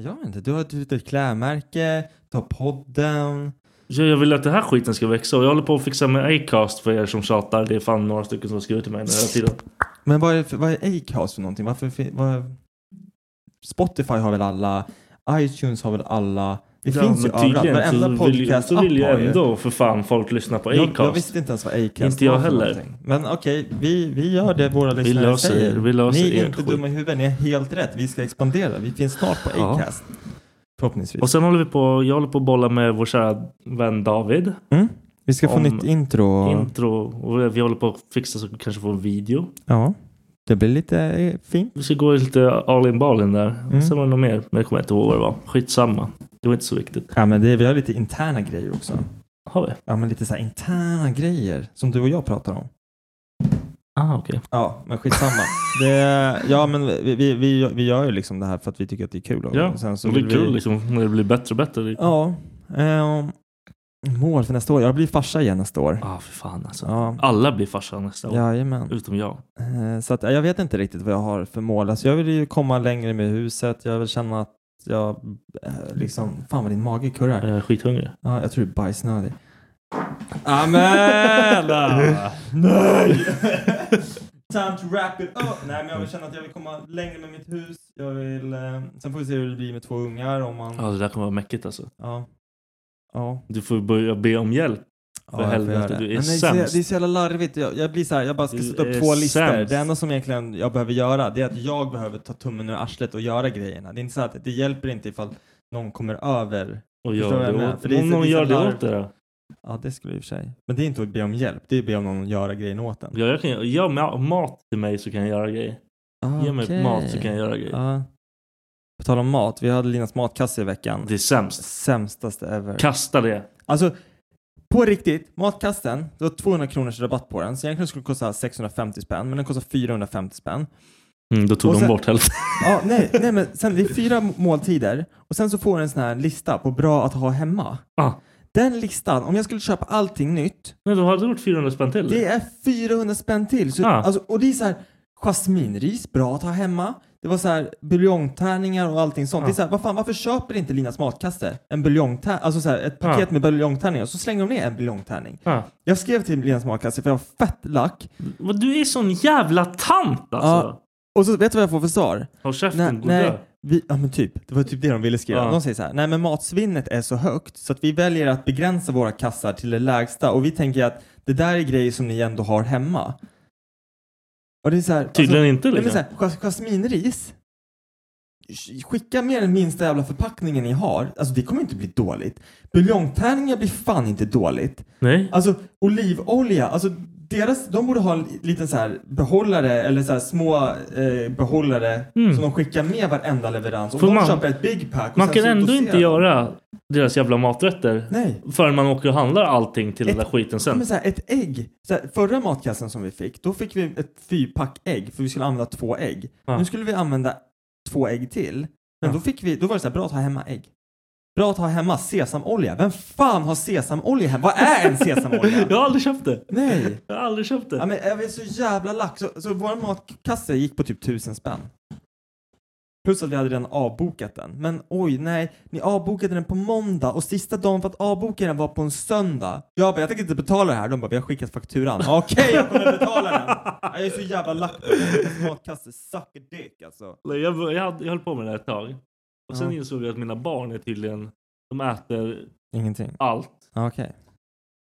Speaker 2: Jag vet inte, du har typ ett klädmärke, du har podden.
Speaker 1: Jag, jag vill att den här skiten ska växa och jag håller på att fixa med Acast för er som tjatar. Det är fan några stycken som har skrivit till mig nu hela tiden.
Speaker 2: Men vad är, för- vad är Acast för någonting? Varför, fin- vad, Spotify har väl alla, iTunes har väl alla, det
Speaker 1: Ja,
Speaker 2: finns ju
Speaker 1: men tydligen
Speaker 2: överallt, varenda
Speaker 1: så vill, ju-
Speaker 2: podcast
Speaker 1: så vill ju ändå för fan folk lyssna på
Speaker 2: Jag, jag
Speaker 1: Acast.
Speaker 2: visste inte ens vad Acast
Speaker 1: Inte jag
Speaker 2: var för
Speaker 1: heller.
Speaker 2: någonting. Men okej, vi, vi gör det våra lyssnare
Speaker 1: löser
Speaker 2: säger.
Speaker 1: er, vi löser
Speaker 2: ni är
Speaker 1: ert
Speaker 2: inte
Speaker 1: skit.
Speaker 2: dumma i huvudet, ni är helt rätt. Vi ska expandera. Vi finns snart på
Speaker 1: Ja.
Speaker 2: Acast. Förhoppningsvis.
Speaker 1: Och sen håller vi på, jag håller på att bolla med vår kära vän David.
Speaker 2: mm? Vi ska få
Speaker 1: om-
Speaker 2: nytt intro.
Speaker 1: Intro och vi håller på att fixa så vi kanske får en video.
Speaker 2: ja, det blir lite eh, fint.
Speaker 1: Vi ska gå lite all in ballen där.
Speaker 2: Mm.
Speaker 1: Sen var det något mer, men jag kommer inte ihåg vad det var. Skitsamma. Det var inte så viktigt.
Speaker 2: Ja, men det, vi har lite interna grejer också.
Speaker 1: Har vi?
Speaker 2: Ja, men lite så här interna grejer som du och jag pratar om.
Speaker 1: Ah, okej.
Speaker 2: Ja, men skitsamma. det, ja, men vi, vi, vi, vi gör ju liksom det här för att vi tycker att det är kul. Och
Speaker 1: Ja,
Speaker 2: sen
Speaker 1: Så det är
Speaker 2: vill vi-
Speaker 1: kul liksom när det blir bättre och bättre.
Speaker 2: Ja. ehm, mål för nästa år? Jag blir farsa igen nästa år.
Speaker 1: Ah, för fan alltså.
Speaker 2: Ja.
Speaker 1: Alla blir farsa nästa år.
Speaker 2: Jajamän.
Speaker 1: Utom jag.
Speaker 2: Eh, Så att, eh, jag vet inte riktigt vad jag har för mål. Alltså, jag vill ju komma längre med huset. Jag vill känna att jag eh, liksom... Fan vad din mage kurrar.
Speaker 1: Jag är skithungrig.
Speaker 2: Ja, jag tror du är bajsnödig. Amela! Nej! Time to wrap it up! Nej, men jag vill känna att jag vill komma längre med mitt hus. Jag vill... Eh, sen får vi se hur det blir med två ungar om man...
Speaker 1: Ja, det där kommer vara mäckigt alltså.
Speaker 2: Ja. Ja.
Speaker 1: Du får börja be om hjälp. För
Speaker 2: jag får
Speaker 1: helvete,
Speaker 2: göra det.
Speaker 1: du är
Speaker 2: Men det, är så,
Speaker 1: sämst.
Speaker 2: det är så jävla larvigt. Jag, jag blir så här, jag bara ska
Speaker 1: Du
Speaker 2: sätta
Speaker 1: är
Speaker 2: upp två listor.
Speaker 1: sämst.
Speaker 2: Det enda som egentligen jag behöver göra det är att jag behöver ta tummen ur arslet och göra grejerna. Det är inte så att det hjälper inte ifall någon kommer över.
Speaker 1: Och
Speaker 2: Förstår vad
Speaker 1: gör
Speaker 2: jag
Speaker 1: det
Speaker 2: menar?
Speaker 1: åt.
Speaker 2: För det är
Speaker 1: Om
Speaker 2: så-
Speaker 1: någon
Speaker 2: det är så
Speaker 1: gör det
Speaker 2: larv.
Speaker 1: åt dig då?
Speaker 2: Ja, det skulle jag i och för sig. Men det är inte att be om hjälp, det är att be om någon att göra grejen åt en.
Speaker 1: Ja, jag kan, gör ma- mat till mig så kan jag göra grejer.
Speaker 2: Ah,
Speaker 1: Ge mig
Speaker 2: okej.
Speaker 1: mat så kan jag göra grejer.
Speaker 2: Ja. På tal om mat, vi hade Linas matkasse i veckan.
Speaker 1: Det är sämst.
Speaker 2: Sämstaste ever.
Speaker 1: Kasta det.
Speaker 2: Alltså, på riktigt, matkasten, det var 200 kronors rabatt på den. Så egentligen skulle det kosta 650 spänn, men den kostar 450 spänn.
Speaker 1: Mm, då tog
Speaker 2: Och
Speaker 1: de
Speaker 2: sen-
Speaker 1: bort hälften.
Speaker 2: Ja, nej, nej, men sen det är fyra måltider och sen så får du en sån här lista på bra att ha hemma.
Speaker 1: Ah.
Speaker 2: Den listan, om jag skulle köpa allting nytt,
Speaker 1: Men då hade du gjort 400 spänn till.
Speaker 2: det är 400 spänn till. Så,
Speaker 1: Ah.
Speaker 2: alltså, och det är så här, jasminris, bra att ha hemma. Det var så här buljongtärningar och allting sånt.
Speaker 1: Ah.
Speaker 2: Det är så här, vad fan, varför köper inte Linas matkasse en buljongtärning? Alltså så här, ett paket
Speaker 1: Ah.
Speaker 2: med buljongtärningar och så slänger de ner en buljongtärning.
Speaker 1: Ah.
Speaker 2: Jag skrev till Linas matkasse för jag var fett lack.
Speaker 1: Vad, Du är sån jävla tant alltså!
Speaker 2: Och så vet du vad jag får för svar?
Speaker 1: Håll
Speaker 2: Nej,
Speaker 1: käften, gå och
Speaker 2: nej
Speaker 1: dö.
Speaker 2: vi, ja men typ. Det var typ det de ville skriva.
Speaker 1: Ja.
Speaker 2: De säger så här, nej men matsvinnet är så högt så att vi väljer att begränsa våra kassar till det lägsta och vi tänker att det där är grejer som ni ändå har hemma. Och det är så här, alltså,
Speaker 1: Tydligen inte
Speaker 2: Nej,
Speaker 1: liksom.
Speaker 2: men så här, jas- jasminris. Sk- Skicka med den minsta jävla förpackningen ni har. Alltså det kommer inte bli dåligt. Buljongtärningar blir fan inte dåligt.
Speaker 1: nej.
Speaker 2: Alltså olivolja, alltså deras, de borde ha en liten så här behållare eller så här små eh, behållare
Speaker 1: Mm.
Speaker 2: som de skickar med varenda leverans. Och
Speaker 1: För
Speaker 2: de
Speaker 1: man-
Speaker 2: köper ett big pack. och
Speaker 1: Man
Speaker 2: sen
Speaker 1: kan
Speaker 2: så
Speaker 1: ändå
Speaker 2: doserar
Speaker 1: inte
Speaker 2: de.
Speaker 1: göra deras jävla maträtter
Speaker 2: Nej.
Speaker 1: förrän man åker och handlar allting till den
Speaker 2: Ett-
Speaker 1: där skiten
Speaker 2: Ja,
Speaker 1: sen.
Speaker 2: Men så här, ett ägg. Så här, förra matkassen som vi fick, då fick vi ett fyrpack ägg för vi skulle använda två ägg.
Speaker 1: Ja.
Speaker 2: Nu skulle vi använda två ägg till. Men
Speaker 1: Ja.
Speaker 2: då fick vi, då var det så här, bra att ha hemma ägg. Bra att ha hemma sesamolja. Vem fan har sesamolja hemma? Vad är en sesamolja?
Speaker 1: Jag har aldrig köpt det!
Speaker 2: Nej.
Speaker 1: Jag har aldrig köpt det.
Speaker 2: Ja, men jag är så jävla lack. Så, så vår matkasse gick på typ tusen spänn. Plus att vi hade redan avbokat den. Men oj, nej. Ni avbokade den på måndag och sista dagen för att avboka den var på en söndag. Jag bara, jag tänker inte betala det här. De bara, vi har skickat fakturan. Okej, jag kommer betala den. Jag är så jävla lack på den. Matkasse sucker dick alltså.
Speaker 1: Nej, Jag, jag, hade- jag höll på med det här ett tag. Och sen
Speaker 2: Ja.
Speaker 1: insåg jag att mina barn är tydligen, de äter
Speaker 2: Ingenting.
Speaker 1: allt.
Speaker 2: Ja, Okej.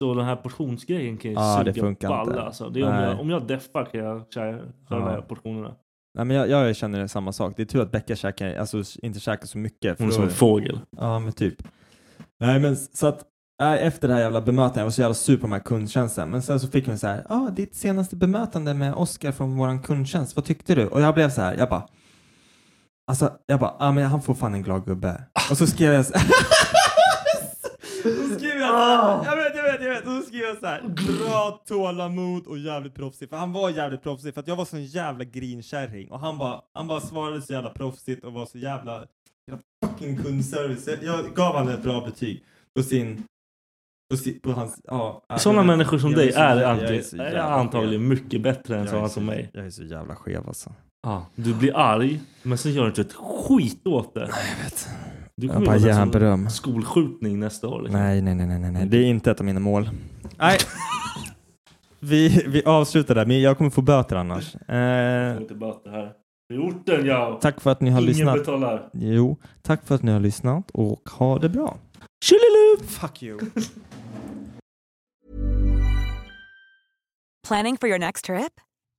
Speaker 1: Så den här portionsgrejen kan ju
Speaker 2: Ja, det
Speaker 1: suga
Speaker 2: funkar
Speaker 1: balla.
Speaker 2: inte.
Speaker 1: Alltså. Det är om,
Speaker 2: Nej.
Speaker 1: jag, om jag deffar kan jag köra
Speaker 2: Ja.
Speaker 1: de här portionerna.
Speaker 2: Nej men jag, jag känner samma sak. Det är tur att Becka käkar, alltså inte käkar så mycket.
Speaker 1: Hon är som en fågel.
Speaker 2: Ja, men typ. Nej, men s- så att nej, efter det här jävla bemötandet, jag var så jävla sur på den här kundtjänsten, men sen så fick man så här, ja, ah, ditt senaste bemötande med Oscar från våran kundtjänst, vad tyckte du? Och jag blev så här, jag bara, alltså, jag bara, ja, ah, men han får fan en glad gubbe. Och så skrev jag så här, så skrev jag så
Speaker 1: Ah.
Speaker 2: här, jag vet, jag vet, jag vet, och så skrev jag så här, bra tålamod och jävligt proffsig, för han var jävligt proffsig, för att jag var sån jävla grinkärring, och han bara, han bara svarade så jävla proffsigt och var så jävla fucking kundservice. Jag- Jag gav han ett bra betyg på sin... På, si, på hans... Ja, ja,
Speaker 1: Sådana
Speaker 2: jag-
Speaker 1: människor som
Speaker 2: jag
Speaker 1: dig
Speaker 2: så
Speaker 1: är,
Speaker 2: jävla-
Speaker 1: anti-
Speaker 2: jag så
Speaker 1: är
Speaker 2: jävla
Speaker 1: antagligen
Speaker 2: skev.
Speaker 1: mycket bättre än
Speaker 2: Jag är
Speaker 1: sådana
Speaker 2: så-
Speaker 1: som mig.
Speaker 2: Jag är så jävla skev alltså.
Speaker 1: Ja, du blir arg, men sen gör du inte ett skit åt det.
Speaker 2: Jag vet.
Speaker 1: Du
Speaker 2: Jag
Speaker 1: kommer
Speaker 2: bara
Speaker 1: ju
Speaker 2: ger
Speaker 1: vara
Speaker 2: han
Speaker 1: en sån
Speaker 2: beröm.
Speaker 1: skolskjutning nästa år. Liksom.
Speaker 2: Nej, nej, nej, nej, nej, nej. Det är inte ett av mina mål. Nej. Vi, vi avslutar där, men jag kommer få böter annars.
Speaker 1: Jag
Speaker 2: Eh,
Speaker 1: får inte böter här. Det är orten ja!
Speaker 2: tack för att ni har
Speaker 1: Ingen
Speaker 2: lyssnat.
Speaker 1: betalar.
Speaker 2: Jo, tack för att ni har lyssnat och ha det bra.
Speaker 1: Tjolilu!
Speaker 2: Fuck you.
Speaker 5: Planning for your next trip?